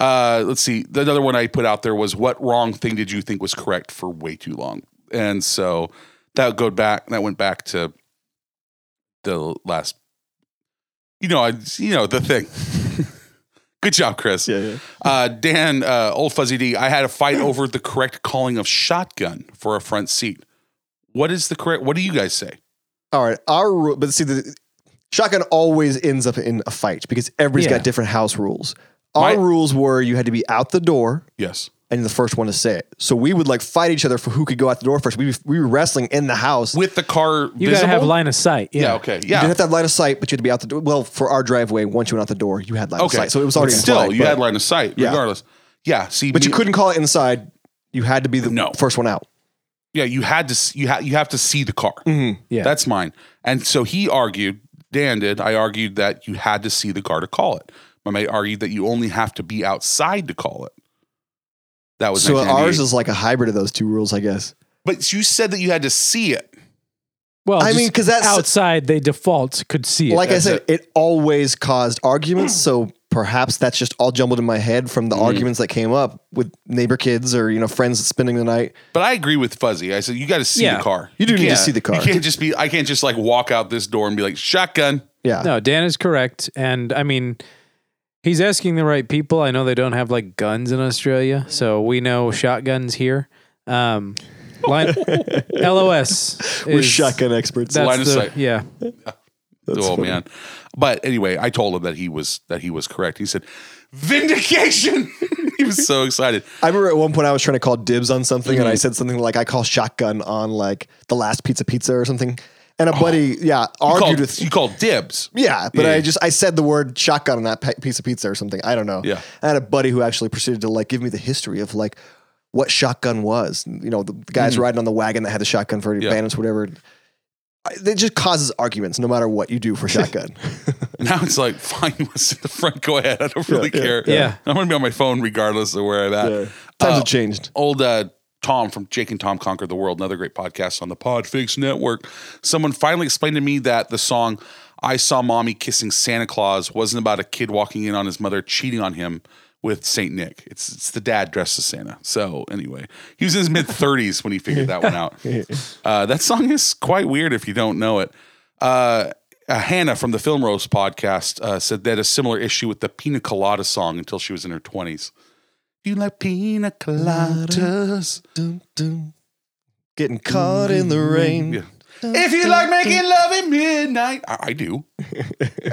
S1: Uh, let's see. The other one I put out there was what wrong thing did you think was correct for way too long? And so that go back that went back to the last you know, I you know, the thing. (laughs) Good job, Chris.
S2: Yeah, yeah.
S1: Uh, Dan, uh, old fuzzy D, I had a fight over the correct calling of shotgun for a front seat. What is the correct what do you guys say?
S2: All right. Our rule, but see, the shotgun always ends up in a fight because everybody's
S3: Yeah.
S2: got different house rules. Our
S1: My-
S2: rules were you had to be out the door
S1: Yes.
S2: and you're the first one to say it. So we would like fight each other for who could go out the door first. We, we were wrestling in the house.
S1: With the car
S3: You
S1: visible?
S3: gotta have line of sight. Yeah.
S1: yeah, okay.
S2: You
S1: Yeah.
S2: didn't have to have line of sight, but you had to be out the door. Well, for our driveway, once you went out the door, you had line of sight. So it was already
S1: But still.
S2: implied,
S1: you
S2: but,
S1: had line of sight,
S2: Yeah.
S1: regardless. Yeah. See,
S2: but you
S1: me-
S2: couldn't call it inside. You had to be the
S1: No.
S2: first one out.
S1: Yeah, you had to. s- You have you have to see the car.
S2: Mm-hmm.
S3: Yeah.
S1: that's mine. And so he argued. Dan did. I argued that you had to see the car to call it. My mate argued that you only have to be outside to call it. That was
S2: So ours
S1: 1998.
S2: is like a hybrid of those two rules, I guess.
S1: But you said that you had to see it.
S3: Well,
S2: I
S3: just
S2: mean, 'cause that's-
S3: outside they default could see it.
S2: like I
S1: that's
S2: said, it. always caused arguments. so perhaps that's just all jumbled in my head from
S1: Mm-hmm.
S2: the arguments that came up with neighbor kids or you know friends spending the night.
S1: But I agree with Fuzzy. I said you got to see
S3: Yeah.
S1: the car.
S2: You do need to
S1: can't-
S2: see the car.
S1: You can't just be. I can't just like walk out this door and be like shotgun.
S2: Yeah,
S3: no, Dan is correct, and I mean, he's asking the right people. I know they don't have like guns in Australia, so we know shotguns here. Um,
S1: (laughs)
S3: line, LOS.
S2: we're
S3: is-
S2: shotgun experts.
S3: That's
S1: Line of
S3: the,
S1: sight.
S3: Yeah,
S2: That's
S1: oh
S2: funny.
S1: man. But anyway, I told him that he was that he was correct. He said vindication. (laughs) he was so excited.
S2: I remember at one point I was trying to call dibs on something,
S1: Mm-hmm.
S2: and I said something like I call shotgun on like the last pizza pizza or something, and a buddy, yeah,
S1: Oh. You
S2: argued
S1: called,
S2: with
S1: you called dibs.
S2: Yeah, but
S1: Yeah.
S2: I just I said the word shotgun on that pe- piece of pizza or something. I don't know.
S1: Yeah.
S2: I had a buddy who actually proceeded to like give me the history of like what shotgun was. You know, the guys riding on the wagon that had the shotgun for
S1: Mm-hmm. Yeah.
S2: bandits, whatever. I, it just causes arguments, no matter what you do
S1: (laughs)
S2: for shotgun.
S1: Now it's like (laughs) fine. What's at the front? Go ahead. I don't really
S2: yeah,
S1: care.
S3: yeah.
S1: I'm gonna be on my phone regardless of where I'm at.
S2: Times
S1: Uh,
S2: have changed.
S1: old uh, Tom from Jake and Tom Conquer the World, another great podcast on the Podfix Network. Someone finally explained to me that the song I Saw Mommy Kissing Santa Claus wasn't about a kid walking in on his mother cheating on him with Saint Nick. It's it's the dad dressed as Santa. So anyway, he was in his mid 30s when he figured that one out. Uh, that song is quite weird if you don't know it. Uh, uh, Hannah from the Film Roast podcast uh, said they had a similar issue with the Pina Colada song until she was in her 20s. You like pina coladas?
S2: Dun, dun. Getting caught in the rain.
S1: Mm-hmm. Yeah. If you like making love at midnight, I, I
S2: (laughs)
S1: do.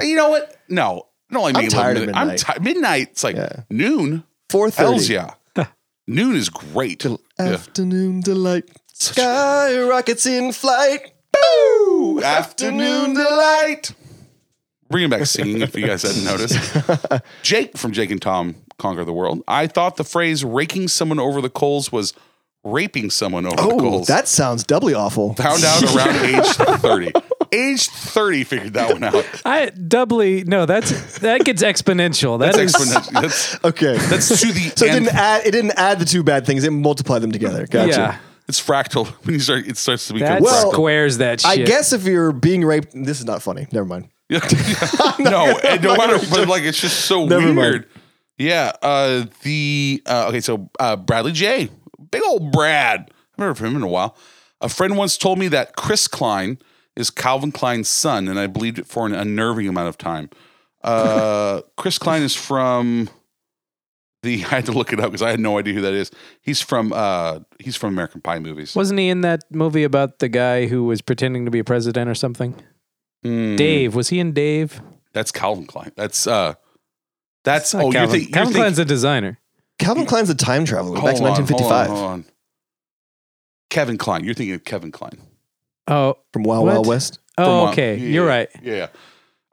S1: you know what? No, I don't like
S2: I'm
S1: making love at
S2: tired of
S1: midnight. I'm
S2: midnight.
S1: ti- midnight's like
S2: Yeah.
S1: noon.
S2: Four
S1: Hells
S2: thirty.
S1: yeah. noon is great. Yeah.
S2: Afternoon delight. Sky rockets in flight. Boo!
S1: Afternoon delight. Bringing back singing, if you guys hadn't noticed.
S2: (laughs)
S1: Jake from Jake and Tom Conquer the World. I thought the phrase raking someone over the coals was raping someone over the
S2: Oh,
S1: coals.
S2: that sounds doubly awful.
S1: found out around age 30. Age 30 figured that one out.
S3: I doubly no. That's
S1: (laughs)
S3: that gets exponential. That
S1: That's
S3: is-
S1: exponential. That's,
S2: Okay.
S1: (laughs) that's to the
S2: so it
S1: end.
S2: didn't add it didn't add the two bad things, it multiplied them together. Gotcha.
S3: yeah.
S1: It's fractal. When you start, it starts to become
S3: That
S2: Well,
S1: fractal.
S3: squares that shit.
S2: I guess if you're being raped, this is not funny. Never mind.
S1: no, it, no matter. But like, it's just so
S2: Never
S1: weird.
S2: mind.
S1: Yeah. Uh, the uh, okay. So uh, Bradley J, big old Brad. I haven't heard from him in a while. A friend once told me that Chris Klein is Calvin Klein's son, and I believed it for an unnerving amount of time. Uh, Chris Klein is from the. (laughs) I had to look it up because I had no idea who that is. He's from uh, he's from American Pie movies.
S3: Wasn't he in that movie about the guy who was pretending to be a president or something?
S1: Hmm.
S3: Dave. Was he in Dave?
S1: That's Calvin Klein. That's uh that's
S3: It's not
S1: oh
S3: Calvin.
S1: you're, think,
S3: Calvin
S1: you're
S3: Klein's a designer.
S2: Calvin Klein's a time traveler
S1: thinking
S2: back to
S1: hold on,
S2: 1955
S1: hold on, hold on. Kevin Klein. You're thinking of Kevin Klein.
S3: Oh,
S2: from Wild
S3: What?
S2: Wild West.
S1: From,
S3: oh
S1: uh,
S3: okay.
S1: yeah,
S3: You're
S1: yeah,
S3: right.
S1: Yeah.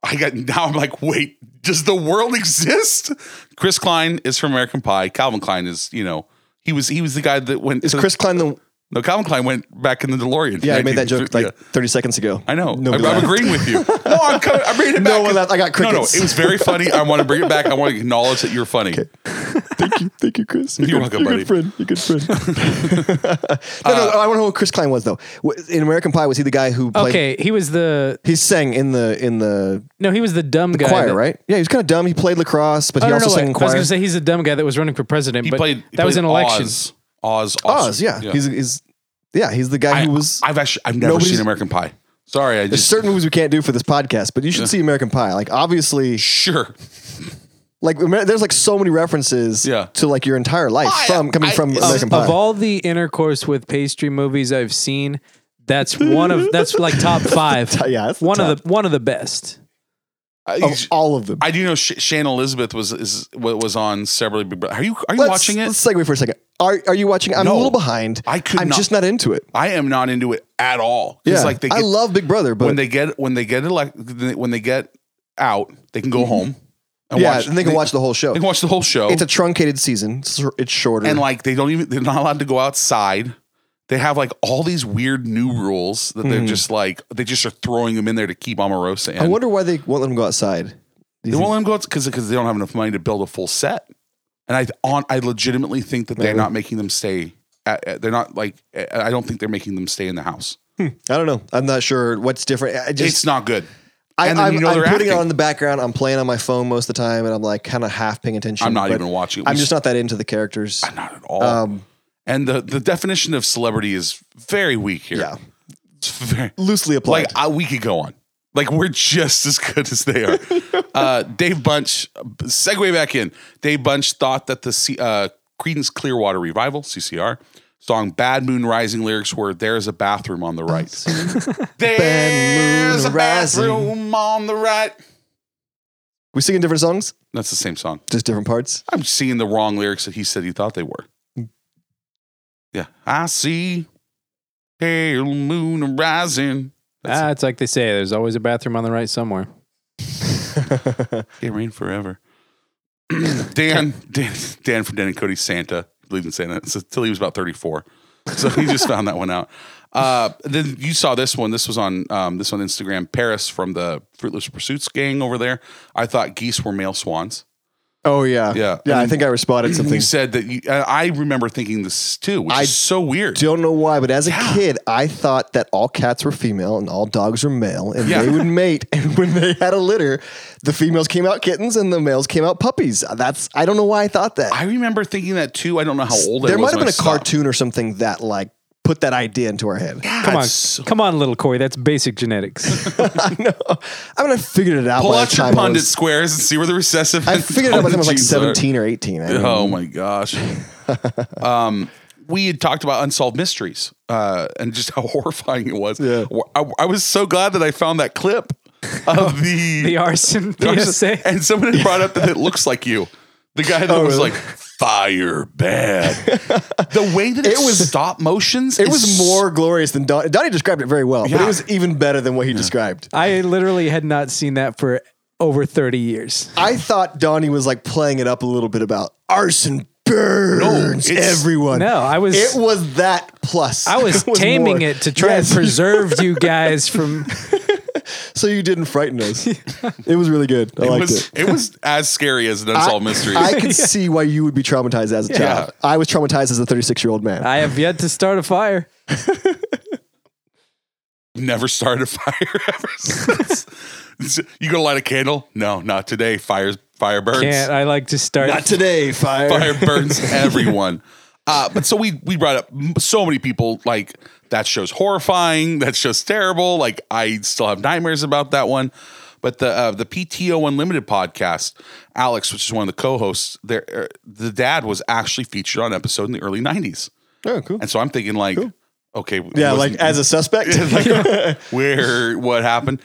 S1: I got now I'm like, wait, does the world (laughs) exist? Chris Klein is from American Pie. Calvin Klein is, you know, he was he was the guy that went
S2: Is
S1: to the-
S2: Chris Klein the
S1: No, Calvin Klein went back in the DeLorean.
S2: Yeah, I made that joke like
S1: Yeah.
S2: 30 seconds ago.
S1: I know.
S2: Nobody
S1: I'm, I'm
S2: laughed.
S1: agreeing with
S2: (laughs)
S1: you. No, I'm, coming, I'm bringing it
S2: No
S1: back.
S2: one laughed. I got
S1: No, no,
S2: crickets.
S1: it was very funny. I want to bring it back. I
S2: (laughs)
S1: want to acknowledge that you're funny.
S2: Thank you, thank you, Chris. You're,
S1: You're
S2: good-
S1: welcome, Uh,
S2: you're good friend.
S1: (laughs)
S2: You're good friend. no, no, I want to know who Chris Klein was though. W- In American Pie, was he the guy who played?
S3: Okay, he was the
S2: He sang in the in the
S3: no, he was the dumb guy.
S2: choir,
S3: that-
S2: right? Yeah, he was kind of dumb. He played lacrosse, but
S3: Oh,
S2: he
S3: no,
S2: also
S3: no, wait.
S2: sang in
S3: I was
S2: choir.
S3: gonna say he's the dumb guy that was running for president,
S1: He
S3: but
S1: played. he
S3: that was
S1: played
S3: an election.
S1: Oz. Oz.
S2: Oz, yeah. He's, he's yeah, he's the guy
S1: I,
S2: who was.
S1: I've actually. I've never
S2: Nobody's-
S1: seen American Pie. Sorry, I
S2: there's
S1: just
S2: certain movies we can't do for this podcast, but you should see American Pie. Like obviously,
S1: sure.
S2: like Amer- there's like so many references
S1: Yeah.
S2: to like your entire life
S1: I-
S2: from coming
S1: I-
S2: from
S1: of-
S2: American Pie.
S3: Of all the intercourse with pastry movies I've seen, that's one of that's like
S2: (laughs)
S3: top five.
S2: yeah, that's the
S3: one of the one of the best.
S1: I,
S2: of all of them.
S1: I do know Sh- Shane Elizabeth was is wa- was on several. Big Brother. Are you are you
S2: let's,
S1: watching it?
S2: Let's segue for a second. Are are you watching? I'm
S1: No.
S2: a little behind.
S1: I could
S2: I'm
S1: not-
S2: just not into it.
S1: I am not into it at all.
S2: Yeah,
S1: It's like they get,
S2: I love Big Brother, but
S1: when they get when they get elected when they get out, they can go home. And
S2: yeah, and they can watch the whole show.
S1: They can watch the whole show.
S2: It's a truncated season. It's shor- it's shorter.
S1: and like they don't even they're not allowed to go outside they have like all these weird new rules that they're just like they just are throwing them in there to keep Omarosa in.
S2: I wonder why they won't let them go outside.
S1: they won't let them go because because they don't have enough money to build a full set. And I on I legitimately think that they're not making them stay. At, at- they're not like I I don't think they're making them stay in the house.
S2: I don't know. I'm not sure what's different. I just
S1: it's not good.
S2: I,
S1: and then
S2: I'm,
S1: you know
S2: I'm
S1: they're
S2: putting it
S1: acting.
S2: on the background. I'm playing on my phone most of the time, and I'm like kind of half paying attention.
S1: I'm not
S2: but
S1: even watching.
S2: I'm just not that into the characters.
S1: not at all.
S2: Um,
S1: and the the definition of celebrity is very weak here.
S2: yeah,
S1: It's very-
S2: loosely applied.
S1: like I, we could go on. Like we're just as good as they are.
S2: (laughs)
S1: uh, Dave Bunch, segue back in. Dave Bunch thought that the C, uh, Creedence Clearwater Revival (CCR) song "Bad Moon Rising" lyrics were "There's a bathroom on the right." (laughs) There's a
S2: Bad Oh, moon rising.
S1: bathroom on the right.
S2: we singing different songs,
S1: That's the same song.
S2: just different parts.
S1: I'm seeing the wrong lyrics that he said he thought they were. Yeah, I see pale moon rising. That's
S3: Ah, it's like they say, there's always a bathroom on the right somewhere.
S1: It rained
S2: (clears throat)
S1: forever. Dan, Dan, Dan from Dan and Cody Santa believed in Santa so- until he was about 34. So he just found that one out. Uh, then you saw this one. This was on um, this on Instagram. Paris from the Fruitless Pursuits gang over there. I thought geese were male swans.
S2: oh yeah,
S1: Yeah.
S2: yeah. I think I responded something.
S1: You said that. You, uh, I remember thinking this too, which
S2: I
S1: is so weird.
S2: Don't know why, but as a kid, I thought that all cats were female and all dogs were male, and
S1: Yeah. (laughs)
S2: they would mate. And when they had a litter, the females came out kittens and the males came out puppies. That's I don't know why I thought that.
S1: I remember thinking that too. I don't know how old I
S2: there
S1: was
S2: might have
S1: when
S2: been
S1: I
S2: a
S1: stopped.
S2: cartoon or something that like put that idea into our head.
S3: Come on,
S1: That's so-
S3: come on, little Corey. That's basic genetics.
S2: (laughs) I know. I mean, I figured it out.
S1: Pull
S2: by
S1: out
S2: the
S1: your
S2: time I,
S1: pundit
S2: was,
S1: squares and see where the recessive.
S2: I
S1: and
S2: figured it out by
S1: (laughs)
S2: the time I was like
S1: genes are.
S2: 17 or 18. I don't know.
S1: Oh my gosh. um, we had talked about unsolved mysteries uh, and just how (laughs) horrifying it was.
S2: Yeah.
S1: I, I was so glad that I found that clip
S2: (laughs)
S1: of the, (laughs)
S3: the arson
S1: the arson-
S3: PSA.
S1: and someone had brought up that it looks like you. The guy that was
S2: Oh, really?
S1: like fire
S2: (laughs)
S1: bad. the way that it, was
S2: was-
S1: stop motions.
S2: It
S1: is
S2: was more glorious than Donnie. Donnie described it very well, but
S1: Yeah.
S2: it was even better than what he described.
S3: (laughs) I literally had not seen that for over 30 years.
S2: I thought Donnie was like playing it up a little bit about arson burns
S1: it's-
S2: everyone.
S3: No, I was-
S2: It was that plus.
S3: I was,
S2: (laughs) It
S3: taming
S2: more.
S3: it to try
S2: Yes.
S3: and preserve you guys from.
S2: (laughs) so you didn't frighten
S3: (laughs)
S2: us. it was really good. I
S1: It
S2: liked
S1: was,
S2: it.
S1: it was as scary as an unsolved mystery.
S2: I could see why you would be traumatized as a child. I was traumatized as a 36 year old man.
S3: I have yet to start a fire.
S1: (laughs) never started a fire ever since.
S2: (laughs)
S1: (laughs) you gonna light a candle? No, not today. Fires, fire burns.
S3: Can't. I like to start.
S2: Not today, fire.
S1: fire
S2: (laughs)
S1: burns everyone. Uh, but so we we brought up m- so many people like that show's horrifying. That show's terrible. Like I still have nightmares about that one. But the uh, the PTO Unlimited podcast, Alex, which is one of the co-hosts, there uh, the dad was actually featured on an episode in the early '90s,
S2: Oh, cool.
S1: and so I'm thinking like, okay,
S2: Yeah,
S1: it
S2: like
S1: wasn't-
S2: as
S1: (laughs)
S2: a suspect.
S1: where what happened.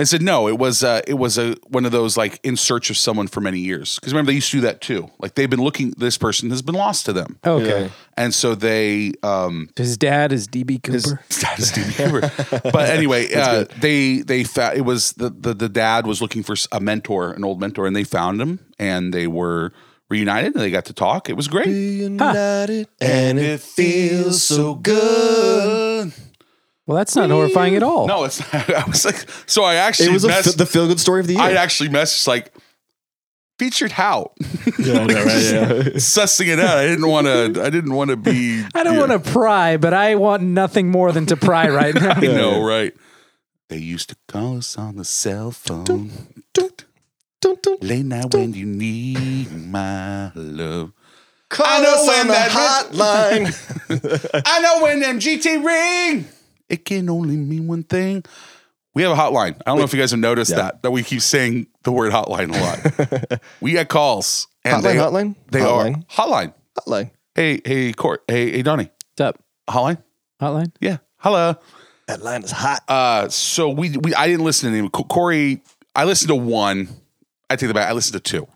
S1: I said no. It was uh, it was a one of those like in search of someone for many years because remember they used to do that too. Like they've been looking, this person has been lost to them.
S2: Oh.
S3: Okay.
S1: And so they, (laughs) um,
S3: His dad is DB Cooper.
S1: that is Stevie Cooper. but
S2: (laughs)
S1: anyway, uh, they they fa- it was the, the the dad was looking for s- a mentor, an old mentor, and they found him, and they were reunited, and they got to talk. It was great.
S2: United, and it feels so good.
S3: well, that's not horrifying at all.
S1: No, it's. (laughs) I was like, so I actually
S2: It was a,
S1: messed-
S2: f- the feel good story of the year.
S1: I actually messaged like featured how
S2: yeah, I know, (laughs) right? Yeah.
S1: sussing it out. I didn't want to. I didn't want to
S2: (laughs)
S1: be.
S3: I don't
S1: yeah.
S3: want to pry, but I want nothing more than
S1: (laughs)
S3: to pry right now.
S1: I know, right? They used to call us on the cell phone.
S2: Dun, dun.
S1: Late night when you need my
S2: (laughs)
S1: love.
S2: Call
S1: I know when that-
S2: (laughs) hotline.
S1: I know when MGT ring. It can only mean one thing. We have a hotline. I don't know if you guys have noticed that that we keep saying the word hotline a lot.
S2: (laughs)
S1: we get calls.
S2: Hotline,
S1: they,
S2: hotline?
S1: They
S2: Hotline.
S1: are hotline.
S2: hotline.
S1: Hey, hey, Court. Hey, hey, Donnie.
S3: What's up?
S1: Hotline.
S3: Hotline?
S1: Yeah. Hello.
S2: That line is hot.
S1: Uh, so we we I didn't listen to any. Co- Corey, I listened to one. I take that back. I listened to two.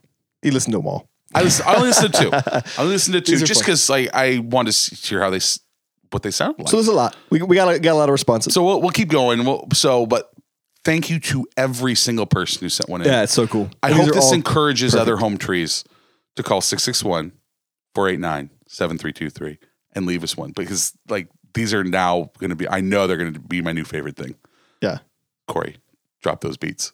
S2: You listen to them all.
S1: I listen. I only listened to two. I listened to two
S2: These are
S1: just
S2: fun.
S1: because like I want to see, hear how they s- what they sound like.
S2: So
S1: So,
S2: there's a lot. We, we got, a, got a lot of responses.
S1: we'll we'll keep going. We'll, so, but thank you to every single person who sent one in.
S2: it's so cool.
S1: I
S2: These
S1: hope
S2: are
S1: this
S2: all-
S1: encourages other home trees to call 661 489 7323 and leave us one because, like, these are now going to be, I know they're going to be my new favorite thing.
S2: Yeah.
S1: Corey, drop those beats.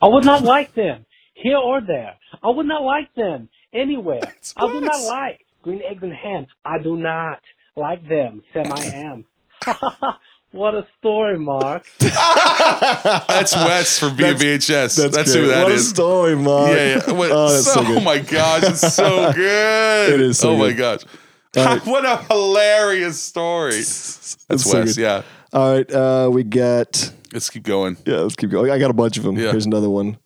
S4: I would not like them here or there. I would not like them anywhere. I do not
S1: class.
S4: like green eggs and ham. I do not like them. Sam, I am. (laughs) what a story, Mark.
S2: (laughs)
S1: That's Wes from B VHS. That's, who
S2: great.
S1: that
S2: what
S1: is.
S2: A story, Mark.
S1: Yeah,
S2: (laughs)
S1: yeah. What-
S2: oh,
S1: (laughs)
S2: that's
S1: so-
S2: so good.
S1: my gosh, it's so good.
S2: (laughs) It is so
S1: oh my
S2: good.
S1: gosh. (laughs)
S2: right.
S1: what a hilarious story. That's
S2: (laughs) It's so
S1: Wes,
S2: good.
S1: yeah.
S2: All right, uh, we got.
S1: Let's keep going.
S2: Yeah, let's keep going. I got a bunch of them.
S1: Yeah.
S2: Here's another one.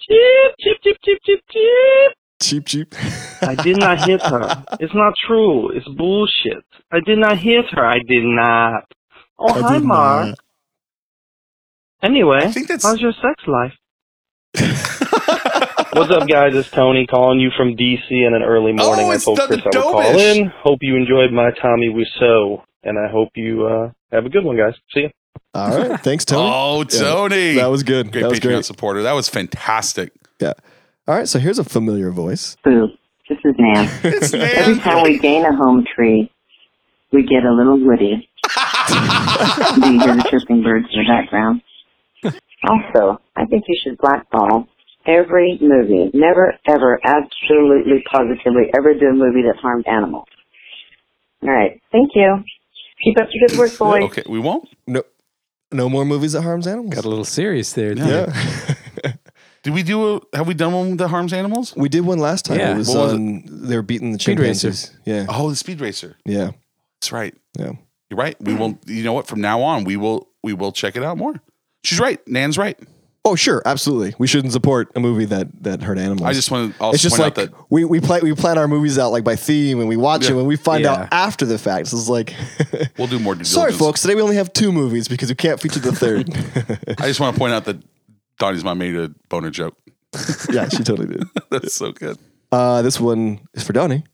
S4: Chip, chip, chip, chip, chip, chip.
S2: Cheap, cheap.
S4: I did not hit her. It's not true. It's bullshit. I did not hit her. I did not. Oh,
S2: I
S4: hi,
S2: did
S4: Mark.
S2: not.
S4: Anyway,
S1: I think that's-
S4: how's your sex
S1: (laughs)
S4: life? What's up, guys? It's Tony calling you from DC in an early morning.
S1: Oh,
S4: I
S1: it's
S4: told
S1: the-
S4: Chris
S1: the
S4: I would call
S1: Dobish.
S4: in. Hope you enjoyed my Tommy Wiseau, and I hope you uh, have a good one, guys. See ya.
S2: All right, thanks, Tony.
S1: (laughs) Oh, Tony.
S2: that was good.
S1: great
S2: that was
S1: Patreon
S2: great.
S1: supporter. That was
S2: (laughs)
S1: fantastic.
S2: Yeah. All right, so here's a familiar voice.
S5: Boo. This is Nan.
S1: It's
S5: Every
S1: Nan.
S5: time we gain a home tree, we get a little woody. Do you hear the chirping birds in the background? Also, I think you should blackball every movie. Never, ever, absolutely, positively ever do a movie that harmed animals. All right. Thank you. Keep up the good work, boys.
S1: Okay, we won't.
S2: No, no more movies that harms animals.
S3: Got a little serious there. didn't it?
S2: yeah,
S1: Did we do a have we done one that harms animals?
S2: we did one last time.
S3: Yeah.
S2: It was,
S1: What was
S2: on. They were beating the
S3: Speed Racer.
S2: chimpanzees. Yeah,
S1: Oh, the speed racer.
S2: yeah,
S1: That's right.
S2: yeah.
S1: You're right. We will you know what? From now on, we will we will check it out more. She's right. Nan's right.
S2: Oh, sure, absolutely. We shouldn't support a movie that that hurt animals.
S1: I just want to also
S2: it's just
S1: point
S2: like
S1: out that
S2: we we plan we plan our movies out like by theme and we watch
S1: Yeah.
S2: them and we find
S3: Yeah.
S2: out after the fact. So it's like, (laughs)
S1: we'll do more due
S2: sorry,
S1: diligence.
S2: folks, today we only have two movies because we can't feature the third.
S1: I just want to point out that Donnie's mom made a boner joke. (laughs)
S2: yeah, she totally did.
S1: That's so good.
S2: Uh, this one is for Donnie.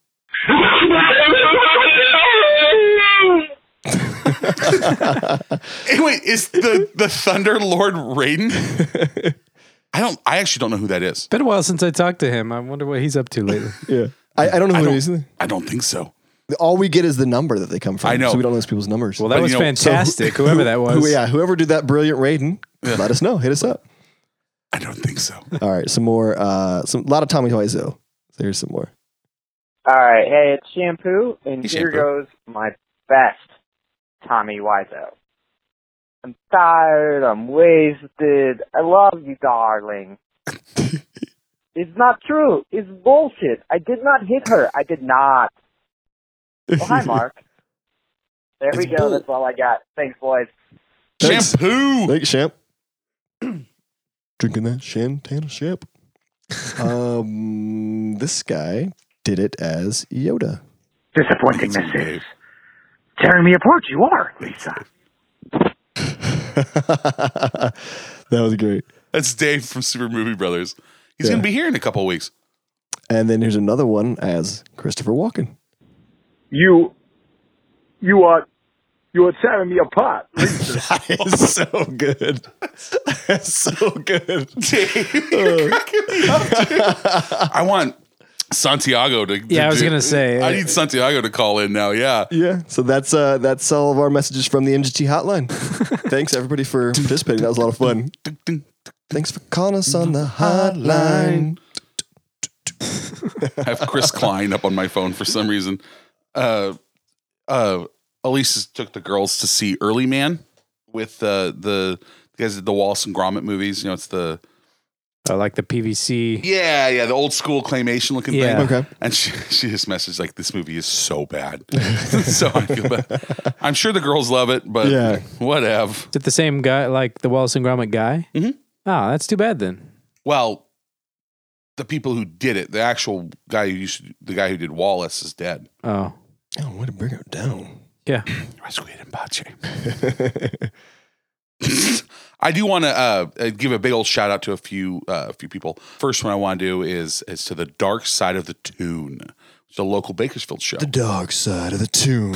S1: Hey, wait, is the the Thunder Lord Raiden? I don't. I actually don't know who that is.
S3: Been a while since I talked to him. I wonder what he's up
S1: (laughs)
S3: to lately.
S2: Yeah, I, I don't know
S1: I
S2: who it
S1: don't-
S2: is.
S1: I don't think so.
S2: All we get is the number that they come from.
S1: I know.
S2: so we don't know those people's numbers.
S3: Well, that
S1: But,
S3: was
S1: you know, so
S2: So who-
S1: (laughs)
S3: fantastic.
S2: who-
S3: whoever that was.
S2: who- yeah, whoever did that brilliant Raiden,
S1: Yeah.
S2: let us know. Hit us up.
S1: I don't think so.
S2: All right, some more. Uh, some a lot of Tommy Wiseau. So here's some more.
S6: All right, hey, it's Shampoo, and
S1: Hey,
S6: here
S1: Shampoo.
S6: goes my best Tommy Wiseau. I'm tired, I'm wasted, I love you,
S2: (laughs)
S6: darling. it's not true, it's bullshit. I did not hit her, I did not. Oh,
S2: (laughs)
S6: hi, Mark. There we
S2: It's
S6: go,
S2: bull-
S6: that's all I got. Thanks, boys.
S2: Thanks.
S1: Shampoo.
S2: Thank you, Champ. Drinking that Shantana Champ. um, this guy did it as Yoda.
S7: Disappointing, Mrs. Tearing me apart, you are, Lisa.
S2: that was great.
S1: That's Dave from Super Movie Brothers. He's
S2: Yeah.
S1: gonna be here in a couple (laughs) weeks.
S2: And then here's another one as Christopher Walken.
S8: you you are you are tearing me apart.
S2: That is so good. That's so good.
S1: Dave, (laughs) you're cracking me up, dude. I want Santiago to. to
S3: Yeah, I was
S1: do-
S3: gonna say,
S1: I
S3: uh,
S1: need Santiago to call in now. Yeah.
S2: Yeah. So that's uh that's all of our messages from the MGT
S1: (laughs)
S2: hotline. Thanks everybody for participating. That was a lot of fun. Thanks for calling us on the hotline.
S1: I have Chris (laughs) Klein up on my phone for some reason. Uh, uh, Elise took the girls to see Early Man with uh, the the guys that did the Wallace and Gromit movies. You know, it's the
S3: I Uh, like the PVC.
S1: yeah, yeah, the old school claymation looking
S3: Yeah.
S1: thing.
S2: Okay.
S1: And she, (laughs) she just messaged like, "This movie is so bad." (laughs) so I feel bad. I'm sure the girls love it, but
S2: Yeah.
S1: whatever.
S3: Is it the same guy, like the Wallace and Gromit guy?
S1: Mhm.
S3: Oh, that's too bad then.
S1: Well, the people who did it, the actual guy who used to, the guy who did Wallace is dead.
S3: Oh,
S2: Oh, way to bring
S1: (laughs)
S2: it down.
S3: yeah.
S1: I do want to uh, uh, give a big old shout out to a few uh, a few people. First one I want to do is is to the Dark Side of the Tune, it's a local Bakersfield show.
S2: The dark side of the
S1: (laughs)
S2: tune.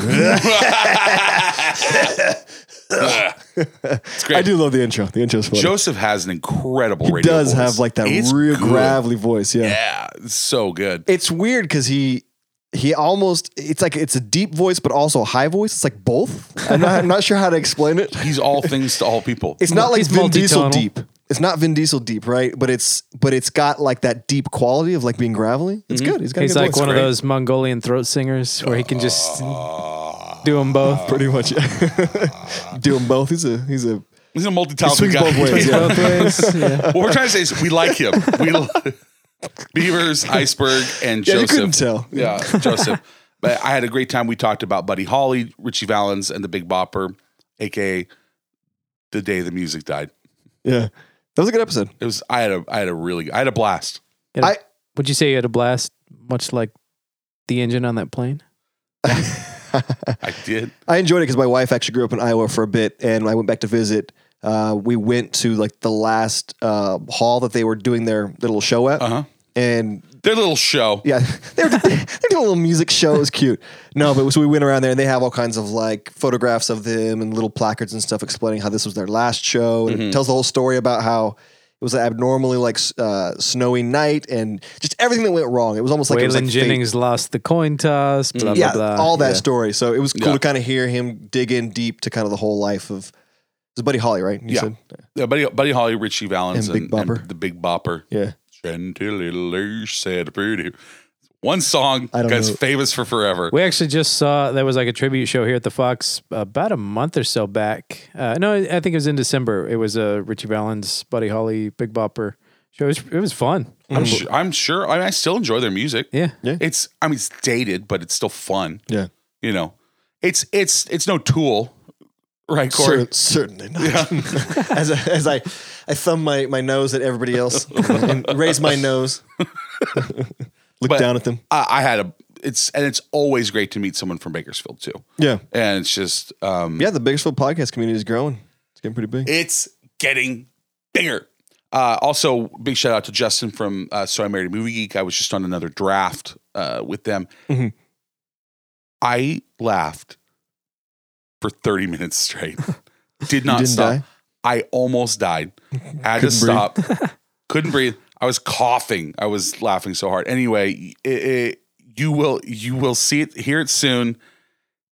S1: it's
S2: I
S1: great.
S2: do love the intro. The intro's funny.
S1: Joseph has an incredible
S2: he
S1: radio.
S2: does
S1: voice.
S2: have like that
S1: It's
S2: real
S1: good.
S2: gravelly voice. Yeah.
S1: Yeah, it's so good.
S2: It's weird because he he almost it's like it's a deep voice but also a high voice. It's like both. I'm not, I'm not sure how to explain it.
S1: He's all things to all people.
S2: It's not like
S3: He's
S2: Vin Diesel
S3: multitonal.
S2: deep. It's not Vin Diesel deep, right? But it's but it's got like that deep quality of like being gravelly. It's good. He's got.
S3: (laughs) Mm-hmm. He's
S2: a good
S3: like
S2: voice.
S3: one of those Mongolian throat singers where he can just
S1: Oh.
S3: do them both.
S2: pretty much. (laughs) Do them both. He's a he's a
S1: He's a multi-talented
S2: He swings
S1: guy.
S2: both
S1: (laughs)
S2: ways,
S1: Yeah.
S2: yeah.
S3: Both ways. Yeah.
S1: What we're trying to say is we like him. We lo- (laughs) Beavers, Iceberg, and
S2: Yeah, you
S1: Joseph.
S2: couldn't tell.
S1: Yeah, Joseph. But I had a great time. We talked about Buddy Holly, Richie Valens, and the Big Bopper, aka the day the music died.
S2: yeah. That was a good episode.
S1: It was I had a I had a really I had a blast.
S3: Yeah.
S2: I-
S3: Would you say you had a blast, much like the engine on that plane?
S1: I did.
S2: I enjoyed it because my wife actually grew up in Iowa for a bit, and when I went back to visit. Uh, we went to like the last uh, hall that they were doing their little show at,
S1: Uh huh.
S2: and
S1: Their little show.
S2: Yeah, (laughs) they were, they were doing a little music show. It was cute. No, but so we went around there and they have all kinds of like photographs of them and little placards and stuff explaining how this was their last show.
S3: Mm-hmm.
S2: And it tells the whole story about how it was an abnormally like s- uh, snowy night and just everything that went wrong. It was almost like it
S3: Waylon
S2: was like fate.
S3: Jennings lost the coin toss. Blah
S2: Yeah,
S3: blah blah.
S2: all that
S3: Yeah.
S2: story. So it was cool
S1: Yeah.
S2: to kind of hear him dig in deep to kind of the whole life of. It was Buddy Holly, right? You
S1: Yeah.
S2: said?
S1: Yeah, Buddy Buddy Holly, Richie Valens,
S2: And Big Bopper.
S1: the Big Bopper.
S2: Yeah.
S1: Chantilly Loose said pretty. One song
S2: I don't
S1: that's
S2: know.
S1: famous for forever.
S3: We actually just saw there was like a tribute show here at the Fox about a month or so back. Uh, no, I think it was in December. It was a Richie Valens, Buddy Holly, Big Bopper show. It was, it was fun.
S1: I'm, su- I'm sure. I mean, I still enjoy their music.
S3: Yeah.
S1: It's I mean it's dated, but it's still fun.
S2: Yeah.
S1: You know, it's it's it's no Tool, right, Corey?
S2: Cer- certainly not. (laughs) as, I- as I, I thumb my, my nose at everybody else and raise my nose, look
S1: But-
S2: down at them.
S1: I, I had a it's and it's always great to meet someone from Bakersfield too,
S2: Yeah.
S1: and it's just um
S2: Yeah, the Bakersfield podcast community is growing. It's getting pretty big.
S1: it's getting bigger. Uh, also, big shout out to Justin from uh, So I Married a Movie Geek. I was just on another draft uh, with them.
S2: Mhm.
S1: I laughed for 30 minutes
S2: (laughs)
S1: straight. Did not
S2: didn't
S1: stop.
S2: die?
S1: I almost died. Had to
S2: Couldn't
S1: stop. (laughs) Couldn't breathe. I was coughing. I was laughing so hard. Anyway, it, it, you will you will see it hear it soon.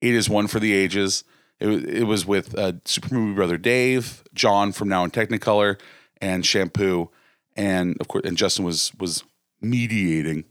S1: It is one for the ages. It, wa- it was with uh, Super Movie Brother Dave, John from Now in Technicolor, and Shampoo, and of course, and Justin was was mediating.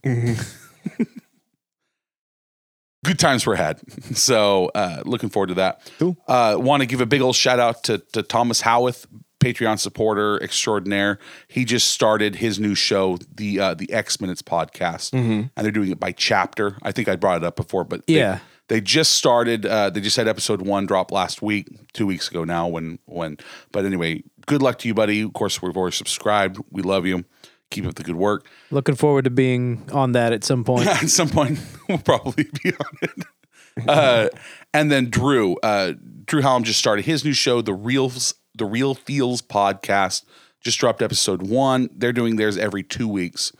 S1: Good times were had. (laughs) So uh, looking forward to that.
S2: Cool.
S1: Uh, Want to give a big old shout out to, to Thomas Howith, Patreon supporter extraordinaire. He just started his new show, the uh, the X Minutes podcast, and they're doing it by chapter. I think I brought it up before, but they-
S3: Yeah.
S1: they just started uh, they just had episode one drop last week two weeks ago now when when but anyway good luck to you buddy of course we've already subscribed we love you keep up the good work
S3: Looking forward to being on that at some
S2: (laughs)
S3: point.
S1: (laughs) at some point we'll probably be on it uh, and then drew uh, drew hallam just started his new show the reals the real feels podcast just dropped episode one they're doing theirs every two weeks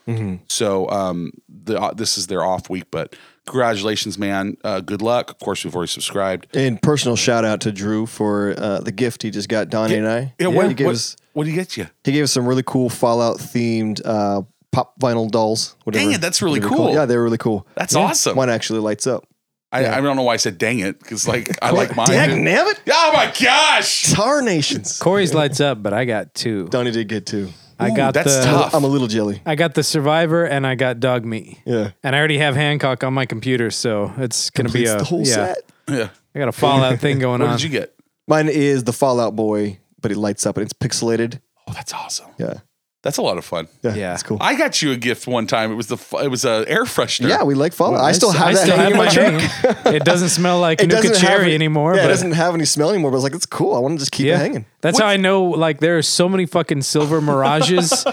S1: so um, the, uh, this is their off week but congratulations man uh, good luck of course we've already subscribed
S2: And personal shout out to Drew for uh, the gift he just got Donnie and I.
S1: Yeah, what,
S2: he gave
S1: what,
S2: us
S1: what do you get you?
S2: he gave us some really cool Fallout themed uh, pop vinyl dolls. Whatever,
S1: Dang it, that's really
S2: whatever they're
S1: cool.
S2: called. Yeah, they're really cool.
S1: That's
S2: Yeah.
S1: awesome.
S2: One actually lights up.
S1: I, I don't know why I said dang it because like I like mine.
S2: Dang it!
S1: Oh my gosh!
S2: Tar Nations.
S3: Corey's lights up, but I got two.
S2: Donnie did get two.
S3: I
S1: Ooh,
S3: got
S1: that's
S3: the
S1: tough.
S2: I'm a little jelly.
S3: I got the Survivor and I got Dog Meat.
S2: Yeah.
S3: And I already have Hancock on my computer, so it's gonna be
S2: Completes
S3: a
S2: the whole
S3: yeah.
S2: set.
S1: Yeah.
S3: I got a Fallout thing going
S1: What
S3: on.
S1: did you get?
S2: Mine is the Fallout Boy, but it lights up and it's pixelated.
S1: Oh, that's awesome.
S2: Yeah.
S1: That's a lot of fun.
S2: Yeah.
S3: Yeah.
S2: It's cool.
S1: I got you a gift one time. It was the fu- it was a air freshener.
S2: yeah, we like Fallout. I still have
S3: I
S2: that
S3: still
S2: hanging
S3: have
S2: in my
S3: my
S2: truck.
S3: hanging. (laughs) It doesn't smell like Nuka
S2: have
S3: Cherry
S2: any-
S3: anymore.
S2: Yeah,
S3: but
S2: it doesn't have any smell anymore. But I was like, it's cool. I want to just keep it hanging.
S3: That's how I know. Like there are so many fucking
S2: (laughs)
S3: silver mirages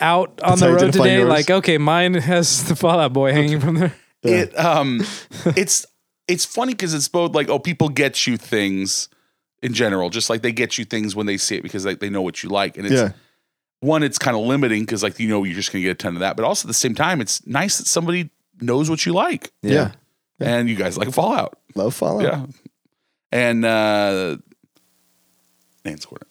S3: out on
S2: That's how
S3: the
S2: you
S3: road
S2: identify
S3: today.
S2: yours.
S3: Like okay, mine has the Fallout Boy hanging from there.
S1: It um, (laughs) it's it's funny because it's both like oh people get you things in general, just like they get you things when they see it because like they know what you like, and it's
S2: Yeah.
S1: one it's kind of limiting because like you know you're just gonna get a ton of that, but also at the same time it's nice that somebody knows what you like.
S2: Yeah. Oh.
S1: and you guys like Fallout.
S2: Love Fallout.
S1: Yeah. And uh Nance Corner.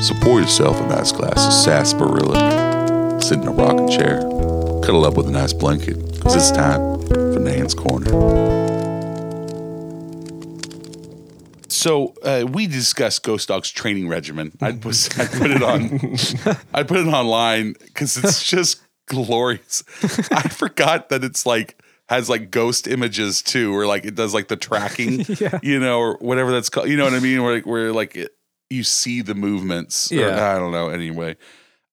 S1: Support yourself a nice glass of sarsaparilla. Sit in a rocking chair. Cuddle up with a nice blanket. Because it's time for Nan's Corner. So uh, we discussed Ghost Dog's training regimen. I was I put it on I put it online because (laughs) it's just glorious. I forgot that it's like has like ghost images too, or like it does like the (laughs) tracking,
S3: Yeah.
S1: you know, or whatever that's called. You know what I mean? Where like where like it, you see the movements. or-
S3: Yeah.
S1: I don't know. Anyway,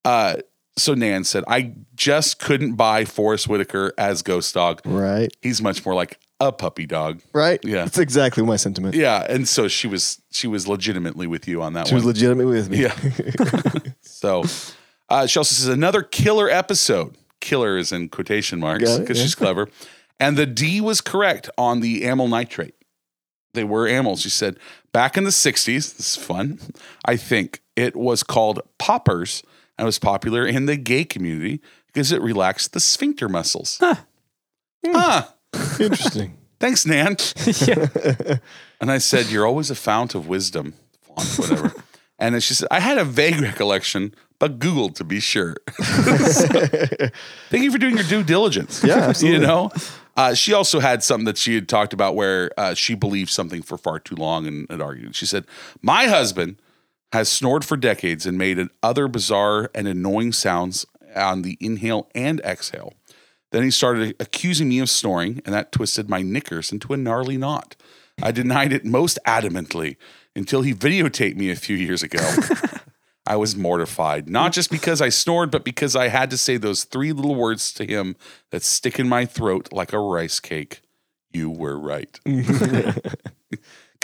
S1: uh, so Nan said I just couldn't buy Forrest Whitaker as Ghost Dog.
S2: Right.
S1: He's much more like a puppy dog.
S2: Right.
S1: Yeah.
S2: That's exactly my sentiment.
S1: Yeah, and so she was she was legitimately with you on that
S2: She
S1: one.
S2: was legitimate with me.
S1: Yeah. so uh, she also says another killer episode. Killer is in quotation marks
S2: Got it,
S1: because
S2: yeah. (laughs)
S1: she's clever. And the D was correct on the amyl nitrate. They were amyls. She said back in the 60s, this is fun, I think it was called poppers and was popular in the gay community because it relaxed the sphincter muscles. Huh.
S2: (laughs) Hmm. Interesting.
S1: Thanks, Nan.
S3: yeah.
S1: And I said, You're always a fount of wisdom, font, whatever. and then she said, I had a vague recollection, but Googled to be sure. Thank you for doing your due diligence.
S2: Yeah,
S1: (laughs)
S2: absolutely.
S1: You know? Uh, she also had something that she had talked about where uh, she believed something for far too long and had argued. She said, My husband has snored for decades and made other bizarre and annoying sounds on the inhale and exhale. Then he started accusing me of snoring, and that twisted my knickers into a gnarly knot. I denied it most adamantly until he videotaped me a few years
S2: (laughs)
S1: ago. I was mortified, not just because I snored, but because I had to say those three little words to him that stick in my throat like a rice cake. You were
S2: (laughs)
S1: right. Good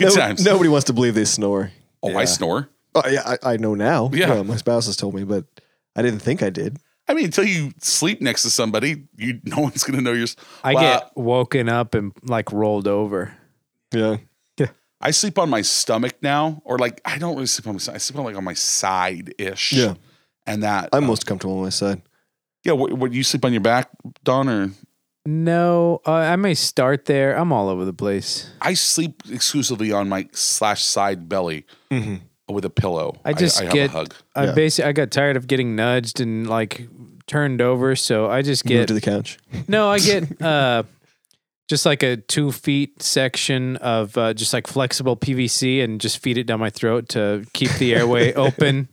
S2: No-
S1: times.
S2: Nobody wants to believe they snore.
S1: Oh, I snore.
S2: Oh, yeah, I, I know now.
S1: Yeah.
S2: my spouse has told me, but I didn't think I did.
S1: I mean, until you sleep next to somebody, you no one's gonna know yours.
S3: I
S1: Wow.
S3: get woken up and like rolled over.
S2: Yeah.
S1: I sleep on my stomach now, or like I don't really sleep on my side. I sleep on like on my side ish.
S2: Yeah.
S1: and that
S2: I'm most comfortable on my side.
S1: yeah. What, what you sleep on your back, Don, or
S3: No, uh, I may start there. I'm all over the place.
S1: I sleep exclusively on my slash side belly
S2: Mhm.
S1: with a pillow.
S3: I just
S1: have
S3: get-
S1: a hug. (laughs)
S3: I
S2: Yeah.
S3: basically I got tired of getting nudged and like turned over, so I just
S2: Move
S3: get
S2: to the couch.
S3: no. I get uh, just like a two feet section of uh, just like flexible PVC and just feed it down my throat to keep the airway open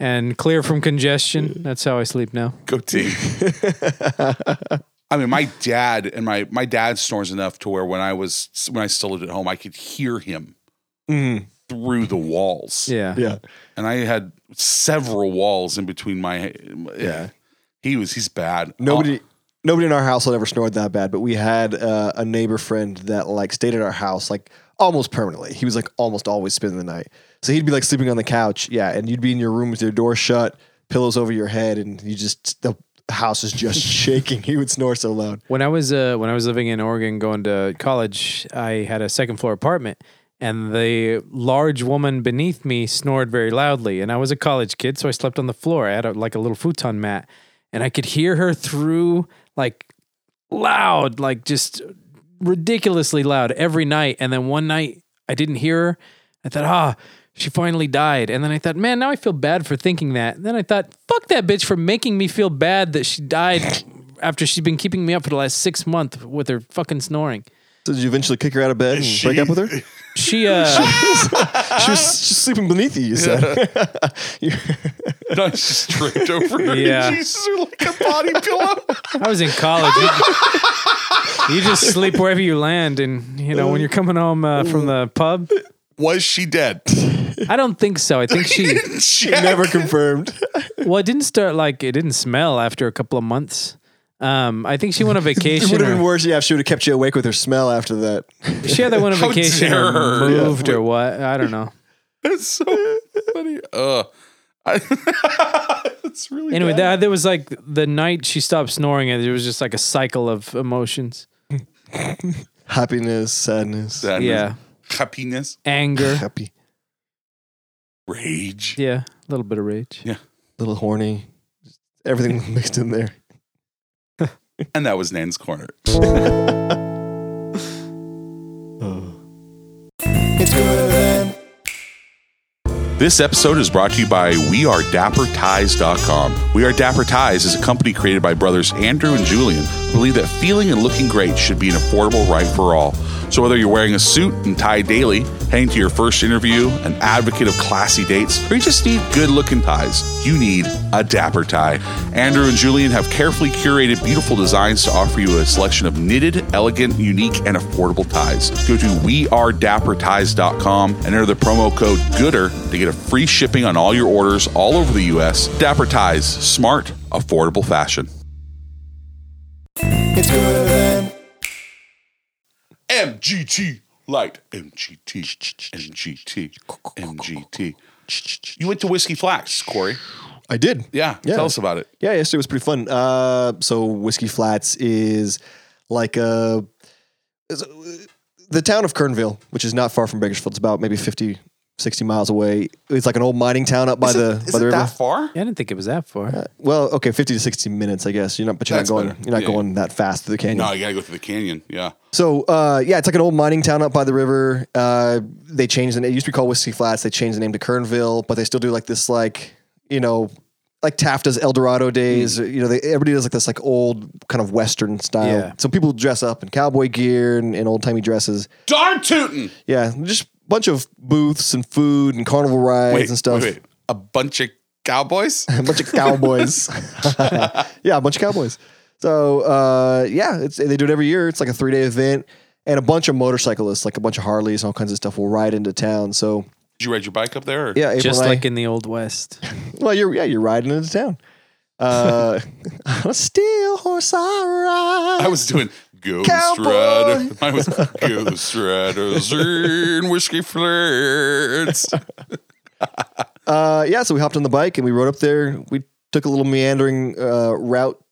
S3: and clear from congestion. That's how I sleep now.
S1: Go team. I mean, my dad and my my dad snores enough to where when I was when I still lived at home, I could hear him through the walls.
S3: Yeah,
S2: Yeah.
S1: and I had several walls in between my. Yeah, he was he's bad.
S2: Nobody. Nobody in our household ever snored that bad, but we had uh, a neighbor friend that like stayed at our house like almost permanently. He was like almost always spending the night, so he'd be like sleeping on the couch, yeah, and you'd be in your room with your door shut, pillows over your head, and you just the house is just shaking. He would snore so loud.
S3: When I was uh, when I was living in Oregon, going to college, I had a second floor apartment, and the large woman beneath me snored very loudly. And I was a college kid, so I slept on the floor. I had a, like a little futon mat, and I could hear her through like loud, like just ridiculously loud every night. And then one night I didn't hear her. I thought, ah, she finally died. And then I thought, man, now I feel bad for thinking that. And then I thought, fuck that bitch for making me feel bad that she
S2: (laughs)
S3: died after she's been keeping me up for the last six months with her fucking snoring.
S2: So did you eventually kick her out of bed and break up with her? She (laughs)
S3: She, uh,
S2: was, she was sleeping beneath you. You said (laughs)
S1: Oh, (laughs) No, it's just draped over her. (laughs)
S3: (laughs) Yeah.
S1: Yeah. Jesus, are like a
S3: (laughs)
S1: body pillow.
S3: I was in college. You, you just sleep wherever you land. And, you know, when you're coming home uh, from the pub,
S1: Was she
S3: (laughs)
S1: dead? (laughs)
S3: I don't think so. I
S2: (laughs)
S3: think she,
S1: Check.
S2: never
S3: (laughs)
S2: confirmed.
S3: well, it didn't start like, it didn't smell after a couple of months. Um, I think she went on
S2: (laughs) It
S3: vacation.
S2: would have
S3: or-
S2: been worse. Yeah, if she would have kept you awake with her smell after that.
S3: She either went on
S1: How
S3: vacation
S1: dare
S3: or
S1: her.
S3: moved or what? I don't know.
S1: (laughs) That's so funny. Uh, I, (laughs) it's really
S3: Anyway,
S1: bad.
S3: that, there was like the night she stopped snoring, and there was just like a cycle of emotions.
S2: (laughs) Happiness, sadness,
S1: Sadness,
S3: Yeah,
S1: happiness,
S2: (laughs)
S3: anger.
S2: happy,
S1: rage.
S3: Yeah, a little bit of rage.
S2: little horny, everything (laughs) mixed in there.
S1: And that was Nan's corner. This episode is brought to you by WeAreDapperTies.com. We Are Dapper Ties is a company created by brothers Andrew and Julian who believe that feeling and looking great should be an affordable right for all. So whether you're wearing a suit and tie daily, heading to your first interview, an advocate of classy dates, or you just need good-looking ties, you need a dapper tie. Andrew and Julian have carefully curated beautiful designs to offer you a selection of knitted, elegant, unique, and affordable ties. Go to wearedapperties.com and enter the promo code GOODER to get a free shipping on all your orders all over the U.S. Dapper Ties, smart, affordable fashion.
S2: It's good.
S1: MGT Light. MGT. MGT. MGT. You went to Whiskey Flax, Corey.
S2: I did.
S1: Yeah,
S2: Yeah.
S1: Tell us about it.
S2: Yeah, yesterday was pretty fun. Uh, so Whiskey Flats is like a is- the town of Kernville, which is not far from Bakersfield. It's about maybe 50, 60 miles away. It's like an old mining town up by
S1: Is it-
S2: the
S1: is
S2: by
S1: it
S2: the river.
S1: that far?
S3: I didn't think it was that far.
S2: Well, okay, fifty to sixty minutes, I guess. You're not, but you're
S1: That's
S2: not going.
S1: better.
S2: You're not
S1: Yeah,
S2: going that fast through the canyon.
S1: No, you gotta go through the canyon. Yeah.
S2: So uh, yeah, it's like an old mining town up by the river. Uh, they changed the name. It used to be called Whiskey Flats. They changed the name to Kernville, but they still do like this, like you know, like Taft does El Dorado days.
S1: Mm.
S2: You know, they, everybody does like this, like old kind of Western style.
S3: Yeah.
S2: So people dress up in cowboy gear and, and old timey dresses.
S1: Darn tootin'.
S2: Yeah, just a bunch of booths and food and carnival rides and stuff.
S1: wait. A bunch of cowboys?
S2: (laughs) a bunch of cowboys. (laughs) yeah, a bunch of cowboys. So uh, yeah, it's, they do it every year. It's like a three day event, and a bunch of motorcyclists, like a bunch of Harleys and all kinds of stuff, will ride into town. So
S1: Did you ride your bike up there? Or?
S2: yeah, April
S3: Just
S2: and I-
S3: like in the old west.
S2: well, you're yeah, you're riding into town. Uh, (laughs) on a steel horse I ride.
S1: I was doing Ghost
S2: Cowboy.
S1: Rider. I was Ghost Riders and Whiskey Flirts.
S2: uh, yeah, so we hopped on the bike and we rode up there. We took a little meandering uh, route,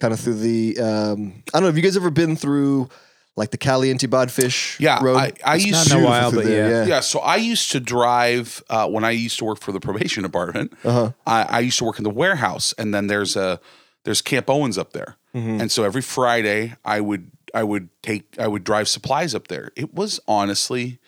S2: kind of through the. Um, I don't know. Have you guys ever been through like the Caliente Bodfish?
S1: Yeah,
S2: road?
S1: I- I
S2: It's
S1: used
S3: Not in a
S2: beautiful
S3: while,
S2: through
S3: but
S2: there,
S3: yeah.
S1: Yeah, so I used to drive uh, when I used to work for the probation department.
S2: Uh-huh.
S1: I, I used to work in the warehouse, and then there's a there's Camp Owens up there, and so every Friday I would I would take I would drive supplies up there. It was honestly,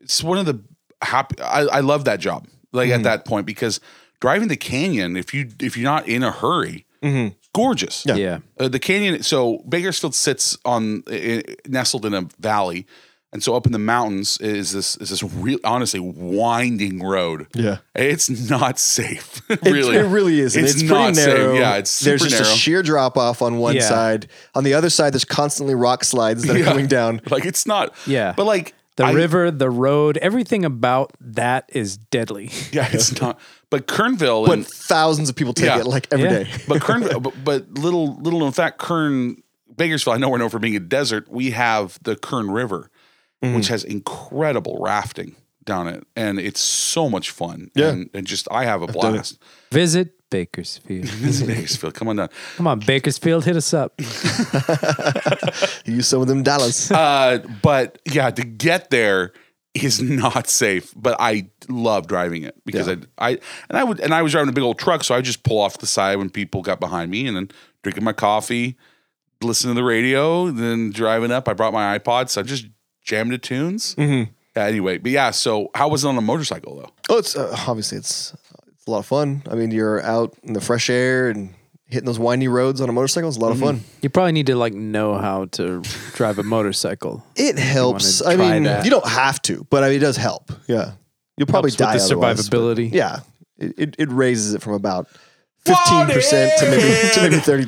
S1: it's one of the happy. I, I love that job like at that point because driving the canyon if you if you're not in a hurry,
S2: Mhm.
S1: gorgeous.
S2: Yeah.
S3: Yeah.
S1: Uh, the canyon. So Bakersfield sits on i i- nestled in a valley, and so up in the mountains is this is this real honestly winding road.
S2: Yeah.
S1: It's not safe. (laughs) really,
S2: It, it really is. It's,
S1: It's
S2: it's
S1: not
S2: pretty
S1: safe.
S2: narrow.
S1: Yeah, it's super
S2: there's just
S1: narrow.
S2: a sheer drop off on one
S3: Yeah.
S2: side. On the other side, there's constantly rock slides that are
S1: Yeah.
S2: coming down.
S1: (laughs) like it's not.
S3: Yeah.
S1: but like
S3: The
S1: I-
S3: river, the road, everything about that is deadly.
S1: (laughs)
S3: (laughs)
S1: Yeah, it's not. But Kernville,
S2: But
S1: and,
S2: thousands of people take
S1: Yeah.
S2: it like every
S3: Yeah.
S2: day. (laughs)
S1: but Kern, but, but little little in fact, Kern Bakersfield. I know we're known for being a desert. We have the Kern River,
S2: Mm-hmm.
S1: which has incredible rafting down it, and it's so much fun.
S2: Yeah.
S1: and, and just I have a
S2: done it.
S1: blast.
S3: Visit Bakersfield.
S1: This is Bakersfield. Come on down.
S3: Come on, Bakersfield, hit us up.
S2: You use some of them dollars.
S1: Uh, but yeah, to get there is (laughs) not safe. But I love driving it because I, I and I would and I was driving a big old truck, so I would just pull off the side when people got behind me, and then drinking my coffee, listening to the radio, then driving up. I brought my iPod, so I just jammed to tunes.
S2: Mm-hmm.
S1: Yeah, anyway, but yeah. So how was it on a motorcycle though?
S2: oh, it's uh, obviously it's it's a lot of fun. I mean, you're out in the fresh air and hitting those windy roads on a motorcycle. It's a
S1: Mm-hmm.
S2: lot of fun.
S3: You probably need to like know how to drive a motorcycle.
S2: It helps. I
S3: try
S2: mean,
S3: that.
S2: you don't have to, but I mean, it does help. Yeah, you'll probably
S3: Helps
S2: die
S3: with the
S2: otherwise, but-
S3: survivability.
S2: Yeah, it, it, it raises it from about fifteen percent to maybe to maybe thirty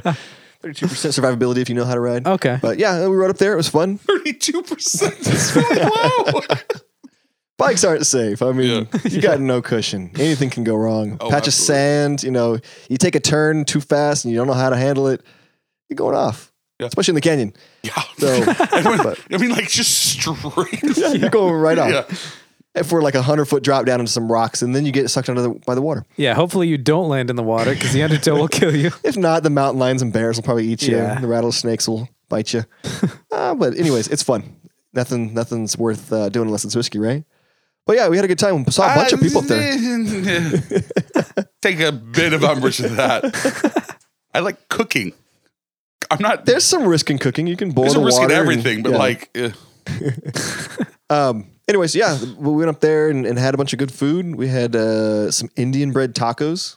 S1: (laughs)
S2: two. (laughs) Thirty-two percent survivability if you know how to ride.
S3: Okay.
S2: but yeah, we rode up there. It
S1: (laughs)
S2: was
S1: (laughs)
S2: fun.
S1: Thirty-two percent. It's really low.
S2: Bikes aren't safe. I mean,
S1: (laughs)
S2: you got no cushion. Anything can go wrong.
S1: Oh,
S2: Patch
S1: absolutely.
S2: of sand. You know, you take a turn too fast and you don't know how to handle it. You're going off,
S1: Yeah.
S2: especially in the canyon.
S1: (laughs) yeah.
S2: (laughs)
S1: (laughs)
S2: So but,
S1: I mean, like just straight.
S2: (laughs) yeah, you're going right off.
S1: (laughs) Yeah.
S2: If we're like a hundred foot drop down into some rocks, and then you get sucked under the, by the water.
S3: Yeah, hopefully you don't land in the water because the undertow will kill you.
S2: If not, the mountain lions and bears will probably eat you.
S3: Yeah.
S2: The rattlesnakes will
S1: (laughs)
S2: bite you. uh, but anyways, it's fun. Nothing, nothing's worth uh, doing unless it's whiskey, right? But yeah, we had a good time. We saw a
S1: Ah,
S2: bunch of people up there.
S1: (laughs) Take a bit of umbrage to that.
S2: (laughs)
S1: I like cooking. I'm not.
S2: There's some risk in cooking. You can boil
S1: there's a
S2: the
S1: risk in
S2: water and-
S1: everything, but
S2: yeah.
S1: like, eh.
S2: um, anyways, yeah, we went up there and, and had a bunch of good food. We had uh, some Indian bread tacos,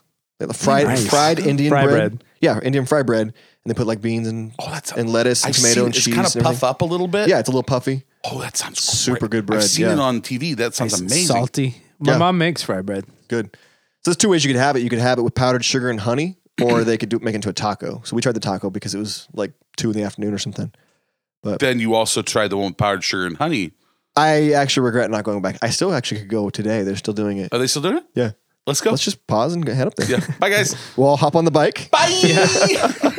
S2: fried
S3: Nice.
S2: fried
S1: (gasps)
S2: Indian
S3: Fry
S2: bread.
S3: bread.
S2: Yeah, Indian fried bread, and they put like beans and
S1: Oh, that's
S2: and lettuce and
S1: I've
S2: tomato
S1: seen-
S2: and cheese.
S1: It's kind
S2: and
S1: of puff
S2: everything.
S1: up a little bit.
S2: Yeah, it's a little puffy.
S1: Oh, that sounds
S2: Super
S1: great.
S2: good bread,
S1: I've seen
S2: yeah.
S1: it on TV. That sounds amazing.
S3: Salty. My
S2: Yeah.
S3: mom makes
S2: (laughs)
S3: fried bread. (laughs)
S2: Good. So there's two ways you could have it. You could have it with powdered sugar and honey, or they could do make it into a taco. So we tried the taco because it was like two in the afternoon or something.
S1: Then you also tried the one with powdered sugar and honey.
S2: I actually regret not going back. I still actually could go today. They're still doing it.
S1: Are they still doing it?
S2: Yeah.
S1: Let's go.
S2: Let's just pause and go head up there.
S1: (laughs) yeah. Bye, guys.
S2: We'll all hop on the bike.
S1: Bye.
S2: (laughs)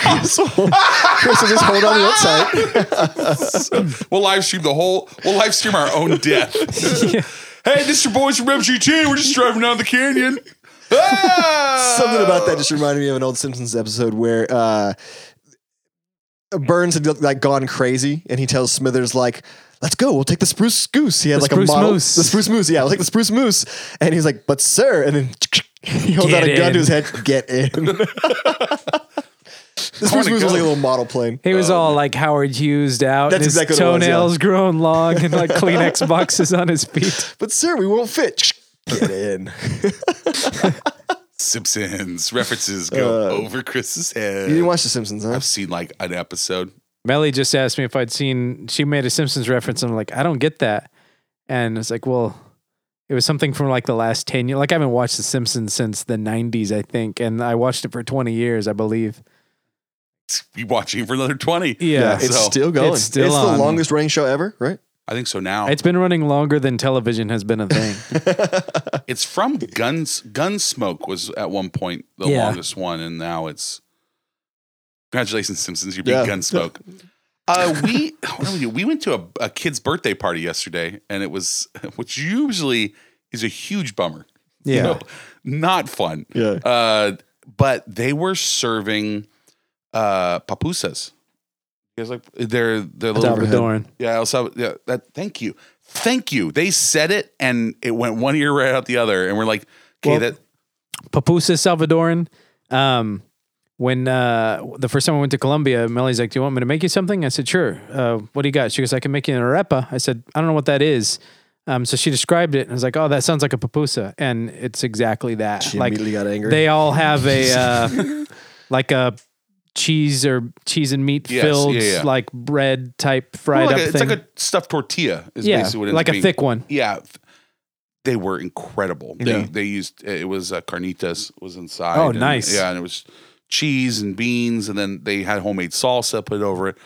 S2: Chris will Chris will just hold on to that side.
S1: we'll live stream the whole. We'll live stream our own death. Hey, this is your boys from MGT. We're just driving down the
S2: (laughs)
S1: canyon. Ah!
S2: Something about
S3: Oh.
S2: that just reminded me of an old Simpsons episode where uh, Burns had like gone crazy, and he tells Smithers like, "Let's go. We'll take the spruce goose." He had
S3: The
S2: like a
S3: spruce
S2: model,
S3: moose.
S2: the spruce moose. Yeah, we'll take the spruce moose, and he's like, "But sir," and then (laughs) he holds
S3: Get
S2: out a gun
S3: in.
S2: to his head. Get
S3: (laughs)
S2: in. the spruce
S1: wanna
S2: moose was
S1: go.
S2: like a little model plane.
S3: He was all like Howard Hughes out.
S2: Oh, That's
S3: his
S2: exactly what it was, yeah.
S3: toenails growing long and like
S2: (laughs)
S3: Kleenex boxes on his feet.
S2: But sir, we won't fit. (laughs) Get in.
S1: Simpsons references go over Chris's head.
S2: Uh, You didn't watch The Simpsons, huh?
S1: I've seen like an episode.
S3: Melly just asked me if I'd seen. She made a Simpsons reference. And I'm like, I don't get that. And it's like, well, it was something from like the last ten years. Like I haven't watched The Simpsons since the '90s, I think, and I watched it for 20 years, I believe.
S1: You watching it for another twenty?
S3: Yeah.
S2: Yeah, it's
S1: so-
S2: still going.
S3: It's still
S2: the
S3: on.
S2: longest running show ever, right?
S1: I think so. Now
S3: It's been running longer than television has been
S2: (laughs)
S3: a thing.
S1: It's from Guns Gunsmoke was at one point the
S3: Yeah.
S1: longest one, and now it's congratulations Simpsons, you beat
S2: Yeah. (laughs)
S1: Gunsmoke. Uh, we what did we do? we went to a, a kid's birthday party yesterday, and it was which usually is a huge bummer.
S3: Yeah.
S1: not fun.
S2: Yeah.
S1: Uh, but they were serving uh, papusas. It was like they're they're little
S3: Salvador Doran.
S1: yeah, El Salvador. Yeah, that, thank you, thank you. They said it, and it went one ear right out the other, and we're like, okay,
S3: Well-
S1: that
S3: Papusa Salvadoran. Um, when uh, the first time I went to Colombia, Melly's like, "Do you want me to make you something?" I said, "Sure." Uh, what do you got? She goes, "I can make you an arepa." I said, "I don't know what that is." Um, so she described it, and I was like, "Oh, that sounds like a papusa," and it's exactly that.
S2: She
S3: like
S2: immediately got angry.
S3: they all have
S1: (laughs)
S3: a uh, like a cheese or cheese and meat
S1: Yes,
S3: filled
S1: yeah, yeah.
S3: like bread type
S1: well,
S3: fried
S1: like
S3: up
S1: a, it's
S3: thing.
S1: like a stuffed tortilla. Is
S3: yeah,
S1: basically what it ends
S3: like
S1: up
S3: a
S1: being.
S3: thick one.
S1: Yeah, th- they were incredible. They
S2: Yeah.
S1: they used it was uh, carnitas was inside.
S3: Oh,
S1: and-
S3: nice.
S1: Yeah, and it was cheese and beans, and then they had homemade salsa put over it.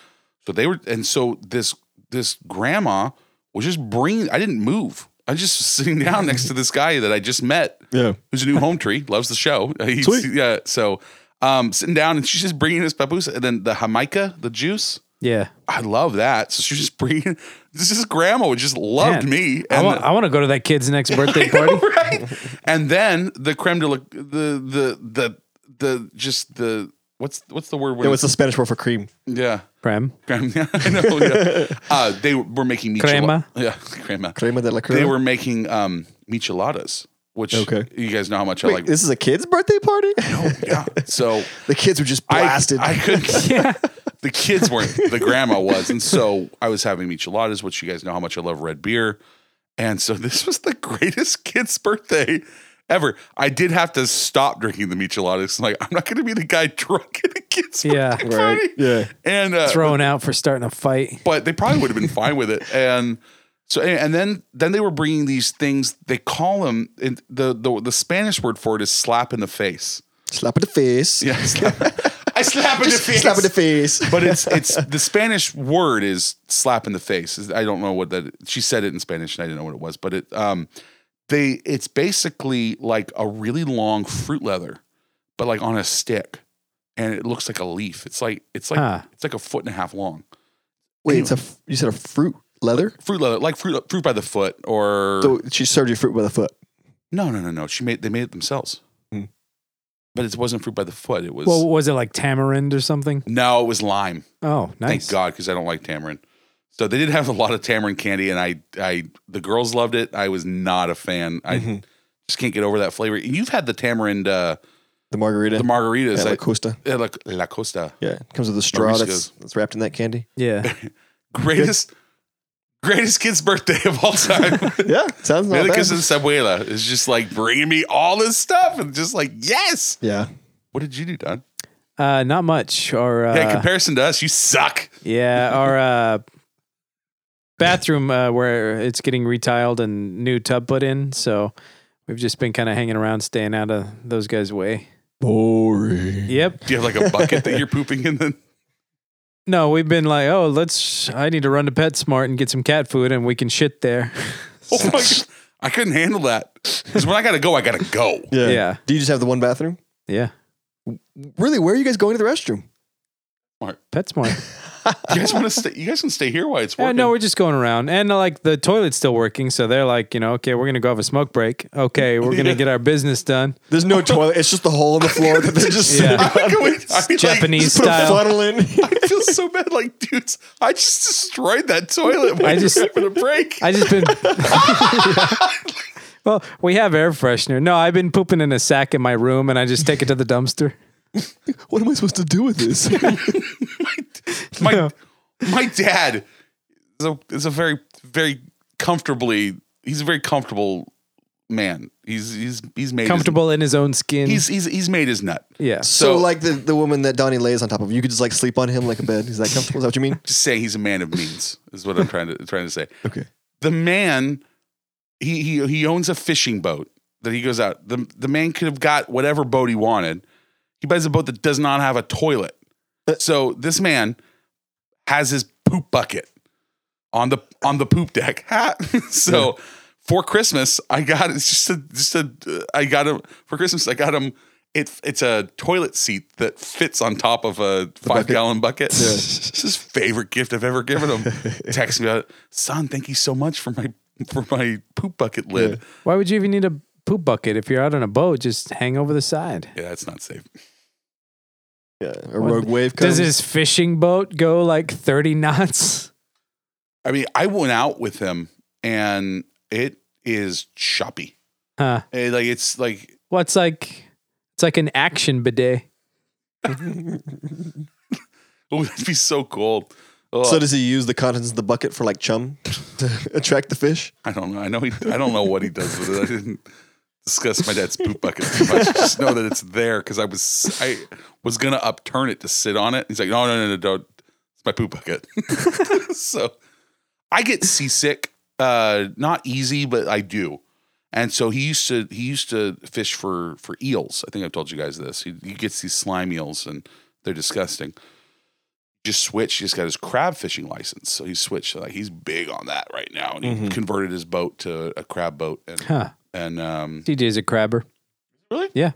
S1: So they were, and so this this grandma was just bringing. I didn't move. I was (laughs) just sitting down next to this guy that I just met.
S2: Yeah.
S1: who's a new home tree, loves the
S3: (laughs)
S1: show. He's,
S2: Sweet.
S1: Yeah, so um, sitting down and she's just bringing us papusa and then the jamaica, the juice.
S3: Yeah,
S1: I love that. So she's just bringing. (laughs) This is grandma who just loved
S3: Man,
S1: me.
S3: I
S1: And
S3: want, I want to go to that kid's next
S1: (laughs)
S2: (laughs)
S3: birthday party.
S1: right? And then the creme de la the the the the just the what's what's the word? when
S2: It was the
S1: it's-
S2: Spanish word for cream.
S1: yeah.
S3: Prem.
S1: Creme, (laughs) yeah, I know, yeah. Uh, they were making michela-
S3: Crema.
S1: Yeah, (laughs) crema.
S2: Crema de la crema.
S1: They were making um, micheladas, which
S2: Okay.
S1: you guys know how much
S2: Wait,
S1: I like.
S2: this is a kid's birthday
S1: (laughs)
S2: party?
S1: yeah.
S2: (laughs)
S1: So
S2: the kids were just
S1: I-
S2: blasted.
S1: I, (laughs)
S2: (laughs)
S1: couldn't.
S3: Yeah.
S1: The kids weren't. The grandma was, and so I was having micheladas, which you guys know how much I love red beer, and so this was the greatest kid's birthday ever. I did have to stop drinking the micheladas. I'm like, I'm not going to be the guy drunk at a kid's
S3: Yeah.
S1: birthday
S2: Right.
S1: party.
S2: Yeah.
S1: and
S3: (laughs)
S1: uh,
S3: thrown out for starting a fight.
S1: but they probably would have been fine with it. And so, and then then they were bringing these things. They call them and the the the Spanish word for it is slap in the face.
S2: slap in the face.
S1: Yeah, (laughs) slap, I slap in the face.
S2: Slap in the
S1: (laughs)
S2: face.
S1: but
S2: (laughs)
S1: it's it's the Spanish word is slap in the face. Is- I don't know what that. She said it in Spanish, and I didn't know what it was. But it um, they it's basically like a really long fruit leather, but like on a stick, and it looks like a leaf. It's like it's like
S3: Ah.
S1: it's like a foot and a half long.
S2: Wait, it's a f- you said a fruit leather?
S1: Fruit leather, like fruit fruit by the foot, or
S2: So she served you fruit with a foot.
S1: no, no, no, no. She made they made it themselves,
S2: Hmm.
S1: but it wasn't fruit by the foot. It was
S3: Well, was it like tamarind or something?
S1: no, it was lime.
S3: Oh, nice.
S1: Thank God, because I don't like tamarind. So they did have a lot of tamarind candy, and I, I, the girls loved it. I was not a fan. I
S2: Mhm.
S1: just can't get over that flavor. And You've had the tamarind, uh,
S2: The margarita.
S1: the margaritas,
S2: yeah,
S1: I-
S2: La Costa.
S1: yeah, like La Costa,
S2: Yeah. It comes with a straw that's,
S1: Mariscos.
S2: that's wrapped in that candy.
S1: (laughs)
S3: Yeah.
S1: greatest, greatest kid's birthday of all time.
S2: Yeah. Sounds not
S1: Medicus
S2: bad.
S1: and Sabuela is just like bringing me all this stuff, and just like yes,
S2: Yeah.
S1: What did you do, Don?
S3: Uh, not much. Or uh,
S1: yeah, in comparison to us, you suck.
S3: Yeah,
S1: (laughs)
S3: our uh, bathroom uh, where it's getting retiled and new tub put in. So we've just been kind of hanging around, staying out of those guys' way.
S2: Boring.
S3: Yep.
S1: Do you have like a bucket that you're pooping in? Then
S3: No, we've been like, oh, let's. I need to run to PetSmart and get some cat food, and we can shit there.
S1: (laughs)
S3: (laughs)
S1: oh my God. I couldn't handle that because when I gotta go, I gotta go.
S2: Yeah.
S3: Yeah.
S2: Do you just have the one bathroom?
S3: yeah,
S2: Really? Where are you guys going to the restroom?
S3: PetSmart.
S1: You guys want to stay? You guys can stay here while it's
S3: yeah,
S1: working.
S3: no, we're just going around, and uh, like the toilet's still working, so they're like, you know, okay, we're gonna go have a smoke break. Okay, we're gonna get our business done.
S2: There's (laughs) no toilet. It's just the hole in the floor that they're just
S3: Yeah.
S2: sitting on.
S1: (laughs) I mean, (laughs) like, (laughs)
S3: Japanese
S2: Put a
S3: style.
S2: funnel in. (laughs)
S1: I feel so bad. Like, dudes, I just destroyed that toilet when
S3: I
S1: I just
S3: just-
S1: for the break.
S3: I just been. (laughs) well, we have air freshener. No, I've been pooping in a sack in my room, and I just take it to
S1: (laughs)
S3: the dumpster.
S2: what am I supposed to do with this?
S1: my
S3: Yeah.
S1: my dad is a is a very very comfortably he's a very comfortable man. He's he's he's made
S3: Comfortable in his own skin.
S1: His, he's he's he's made his nut.
S3: yeah.
S2: so, like the, the woman that Donnie lays on top of, you could just like sleep on him like a bed. Is that comfortable? Is that what you mean?
S1: Just saying he's a man of means is what I'm trying to trying to say.
S2: (laughs) Okay.
S1: The man he he he owns a fishing boat that he goes out. The the man could have got whatever boat he wanted. He buys a boat that does not have a toilet. So this man has his poop bucket on the on the poop deck. (laughs) Ha! so for Christmas, I got it's just a just a uh, I got him for Christmas. I got him. It, it's a toilet seat that fits on top of a five gallon bucket. It's his favorite gift I've ever given (laughs) him. Text me, out, son. Thank you so much for my for my poop bucket lid.
S3: Why would you even need a poop bucket if you're out on a boat? Just hang over the side.
S1: Yeah, that's not safe.
S2: Yeah. A rogue wave comes.
S3: Does his fishing boat go like 30 knots?
S1: I mean, I went out with him, and it is choppy.
S3: Huh.
S1: Eh, like it's like (laughs)
S3: What's like it's like an action bidet.
S1: Oh, that'd be so cold. Oh,
S2: so does he use the contents of the bucket for like chum to (laughs) attract the fish?
S1: I don't know. I know. He, I don't know what he does with it. I didn't discuss my dad's poop bucket too much. Just know that it's there because I was I was gonna upturn it to sit on it. He's like, no, no, no, no, don't. It's my poop bucket. (laughs) so I get seasick. Uh, not easy, but I do. And so he used to he used to fish for for eels. I think I've told you guys this. He, he gets these slime eels and they're disgusting. Just switched. He just got his crab fishing license, so he switched. Like he's big on that right now, and he converted his boat to a crab boat. And
S3: Huh.
S1: and um,
S3: DJ's a crabber.
S1: Really?
S3: Yeah.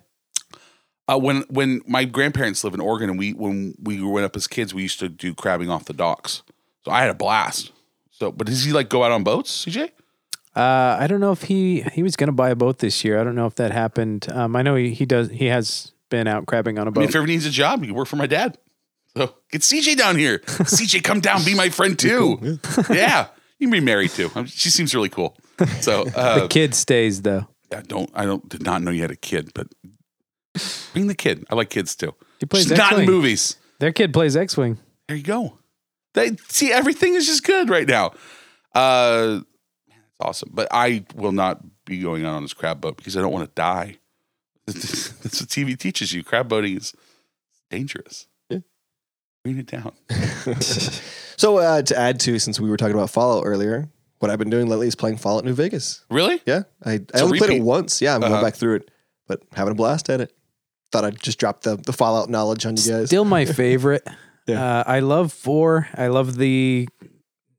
S1: uh, when when my grandparents live in Oregon, and we when we went up as kids, we used to do crabbing off the docks. So I had a blast. So, but does he like go out on boats, CJ?
S3: Uh, I don't know if he he was going to buy a boat this year. I don't know if that happened. Um, I know he, he does. He has been out crabbing on a
S1: I mean, if
S3: boat.
S1: everyone needs a job, you work for my dad. So get CJ down here. CJ, come down, be my friend too. yeah, you can be married too. Um, She seems really cool. So uh,
S3: Kid stays though.
S1: I don't, I don't, did not know you had a kid, but bring the kid. I like kids too.
S3: He plays
S1: She's
S3: X
S1: not in
S3: Wing.
S1: movies.
S3: Their kid plays X Wing.
S1: There you go. They see everything is just good right now. Uh, man, it's awesome. But I will not be going out on this crab boat because I don't want to die. (laughs) That's what TV teaches you. Crab boating is dangerous. Bring it down.
S2: So uh, to add to, since we were talking about Fallout earlier, what I've been doing lately is playing Fallout New Vegas.
S1: Really?
S2: Yeah, I, I
S1: a
S2: only played it
S1: repeat.
S2: once. Yeah, I'm
S1: Uh-huh.
S2: going back through it, but having a blast at it. Thought I'd just drop the, the Fallout knowledge on you guys.
S3: Still my favorite.
S2: Yeah.
S3: uh, I love four. I love the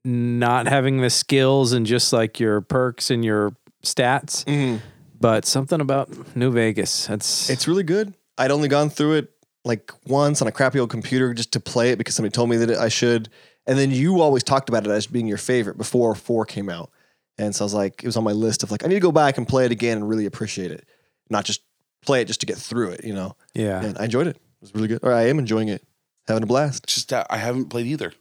S3: not having the skills and just like your perks and your stats.
S1: Mm-hmm.
S2: Mhm.
S3: But something about New Vegas. That's
S2: It's really good. I'd only gone through it like once on a crappy old computer just to play it because somebody told me that I should. And then you always talked about it as being your favorite before four came out. And so I was like, it was on my list of like, I need to go back and play it again and really appreciate it, not just play it just to get through it, you know?
S3: yeah.
S2: And I enjoyed it. It was really good. Or I am enjoying it. Having a blast.
S1: It's just that I haven't played either.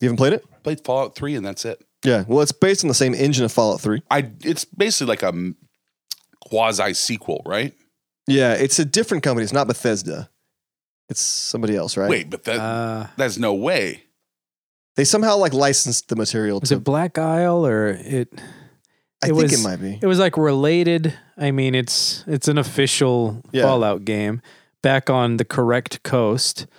S2: You haven't played it?
S1: Played Fallout Three and that's it.
S2: Yeah. Well, it's based on the same engine of Fallout 3.
S1: I. It's basically like a quasi sequel, right?
S2: Yeah. It's a different company. It's not Bethesda. It's somebody else, right?
S1: Wait, but that
S3: Uh,
S1: that's no way.
S2: They somehow like licensed the material
S3: was
S2: to,
S3: it Black Isle or it?
S2: I
S3: it
S2: think
S3: was-
S2: it might be.
S3: It was like related. I mean, it's it's an official
S2: Yeah.
S3: Fallout game, back on the correct coast.
S2: (laughs)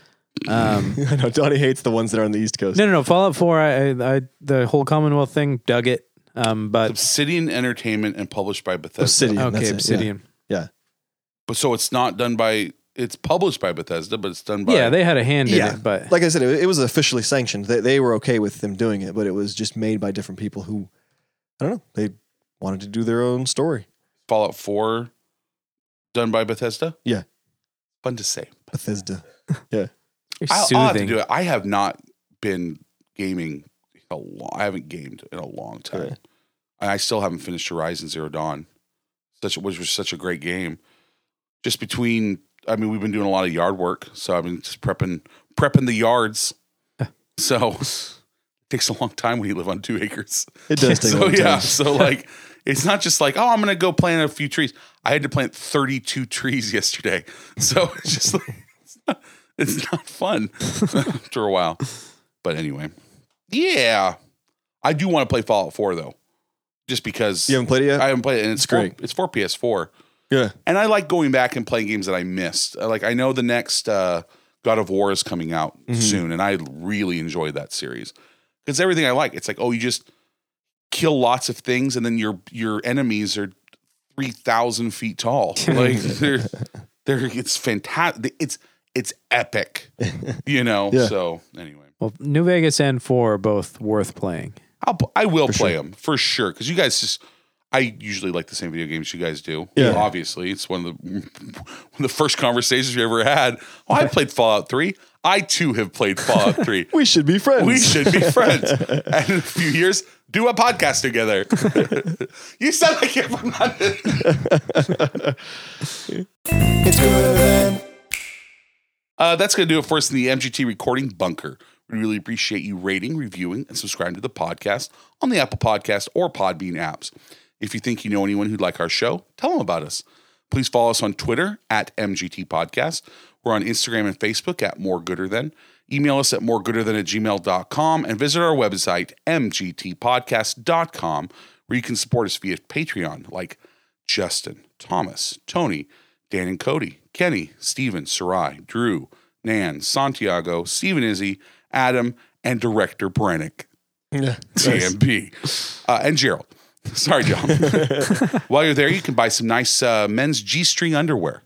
S3: Um,
S2: I know Donnie hates the ones that are on the East Coast.
S3: no, no, no. Fallout Four. I, I, I the whole Commonwealth thing. Dug it. Um, but
S1: Obsidian Entertainment and published by Bethesda.
S2: Obsidian. that's
S3: okay,
S2: it, yeah.
S3: Obsidian.
S1: But so it's not done by. It's published by Bethesda, but it's done by.
S3: Yeah. they had a hand
S2: Yeah,
S3: in it, but
S2: like I said, it, it was officially sanctioned. They, they were okay with them doing it, but it was just made by different people who, I don't know, they wanted to do their own story.
S1: Fallout Four, done by Bethesda.
S2: Yeah.
S1: fun to say.
S2: Bethesda.
S3: it's
S1: I'll,
S3: soothing.
S1: I'll have to do it. I have not been gaming. A lo- I haven't gamed in a long time,
S2: Yeah.
S1: and I still haven't finished Horizon Zero Dawn. Such which was such a great game. Just between, I mean, we've been doing a lot of yard work, so I've been just prepping prepping the yards. so (laughs) it takes a long time when you live on two acres.
S2: It does take
S1: (laughs)
S2: a
S1: so
S2: long
S1: yeah,
S2: time. (laughs)
S1: so like it's not just like oh I'm gonna go plant a few trees. I had to plant 32 trees (laughs) yesterday, so it's just like it's not, it's not fun (laughs) after a while. But anyway, yeah, I do want to play Fallout 4 though, just because
S2: You haven't played it yet?
S1: I haven't played it, and it's,
S2: It's
S1: great.
S2: great.
S1: It's for PS4,
S2: yeah.
S1: and I like going back and playing games that I missed. Uh, Like I know the next uh, God of War is coming out soon, and I really enjoyed that series because everything I like, it's like oh, you just kill lots of things, and then your your enemies are three thousand feet tall. Like they're they're it's fantastic. It's it's epic, you know.
S2: Yeah.
S1: So anyway.
S3: Well, New Vegas and Four are both
S2: (laughs)
S3: worth playing.
S1: I'll pl- I will play them for sure because you guys just I usually like the same video games you guys do.
S2: Yeah.
S1: obviously it's one of the (laughs) one of the first conversations we ever had. Well, I played Fallout Three. I too have played
S2: (laughs)
S1: Fallout Three.
S2: We should be friends.
S1: we should be friends.
S2: (laughs)
S1: And in a few years, do a podcast together. (laughs) you sound like if I'm not.
S2: It's good.
S1: Uh, that's going to do it for us in the MGT recording bunker. We really appreciate you rating, reviewing, and subscribing to the podcast on the Apple Podcast or Podbean apps. If you think you know anyone who'd like our show, tell them about us. Please follow us on Twitter at MGT Podcast. We're on Instagram and Facebook at More Gooder Than. Email us at moregooderthan at gmail.com and visit our website, mgtpodcast.com, where you can support us via Patreon, like Justin, Thomas, Tony, Dan and Cody, Kenny, Steven, Sarai, Drew, Nan, Santiago, Steven Izzy, Adam, and director Brannick,
S2: Yeah.
S1: TMP, uh, and Gerald. (laughs) Sorry,
S2: (laughs)
S1: John. While you're there, you can buy some nice uh, men's G-string underwear.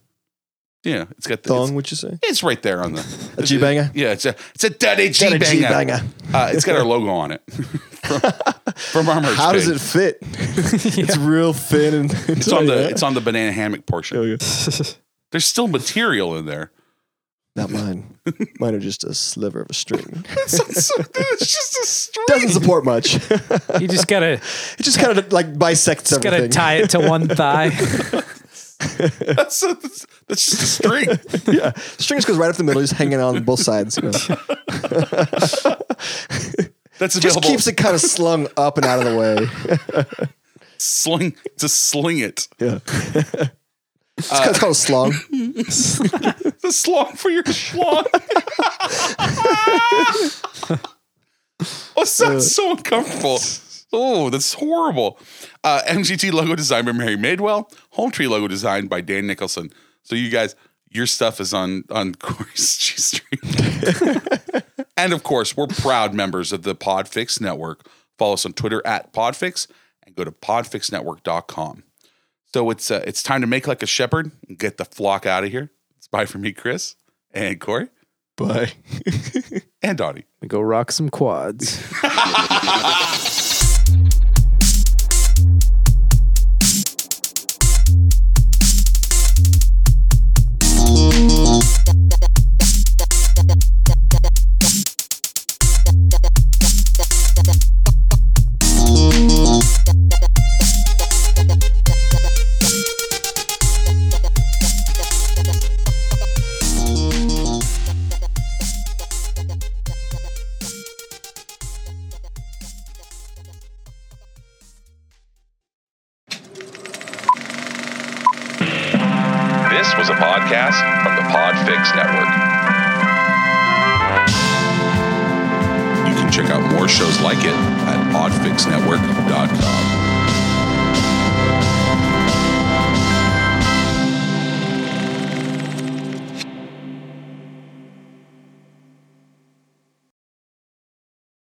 S1: Yeah, it's got the
S2: (laughs) Thong,
S1: it's,
S2: would you say?
S1: it's right there on the
S2: A G banger?
S1: yeah. It's a it's a dirty G
S2: Dirty
S1: banger.
S2: G-banger.
S1: Uh, it's got our logo on
S2: (laughs)
S1: it from, from our merch
S2: How does
S1: page.
S2: it fit? It's real thin and
S1: It's on the it's on the banana hammock portion. There's still material in there.
S2: not mine. Mine are just a sliver of a string.
S1: (laughs) it's just a string.
S2: Doesn't support much. it
S3: You just gotta
S2: just kind of like bisects
S3: just gotta
S2: everything.
S3: tie it to one thigh.
S1: That's, that's, (laughs) that's just a string.
S2: yeah, string just goes right up the middle, just hanging on both sides. you know.
S1: That's
S2: Just
S1: available.
S2: keeps it kind of slung up and out of the way.
S1: sling to sling it.
S2: Yeah, it's, called, it's called a slung.
S1: The slong for your schlong. oh, it sounds so uncomfortable. Oh, that's horrible. Uh, MGT logo designed by Mary Madewell. Home tree logo designed by Dan Nicholson. So you guys, your stuff is on on (laughs) Corey's G string. (laughs) and of course, we're proud members of the Podfix Network. Follow us on Twitter at Podfix and go to podfixnetwork.com. So it's uh, it's time to make like a shepherd and get the flock out of here. It's bye from me, Chris and Corey
S2: (laughs) Bye.
S1: and Dottie.
S3: We go rock some quads.
S9: This was a podcast from the Podfix Network.
S1: You can check out more shows like it at podfixnetwork.com.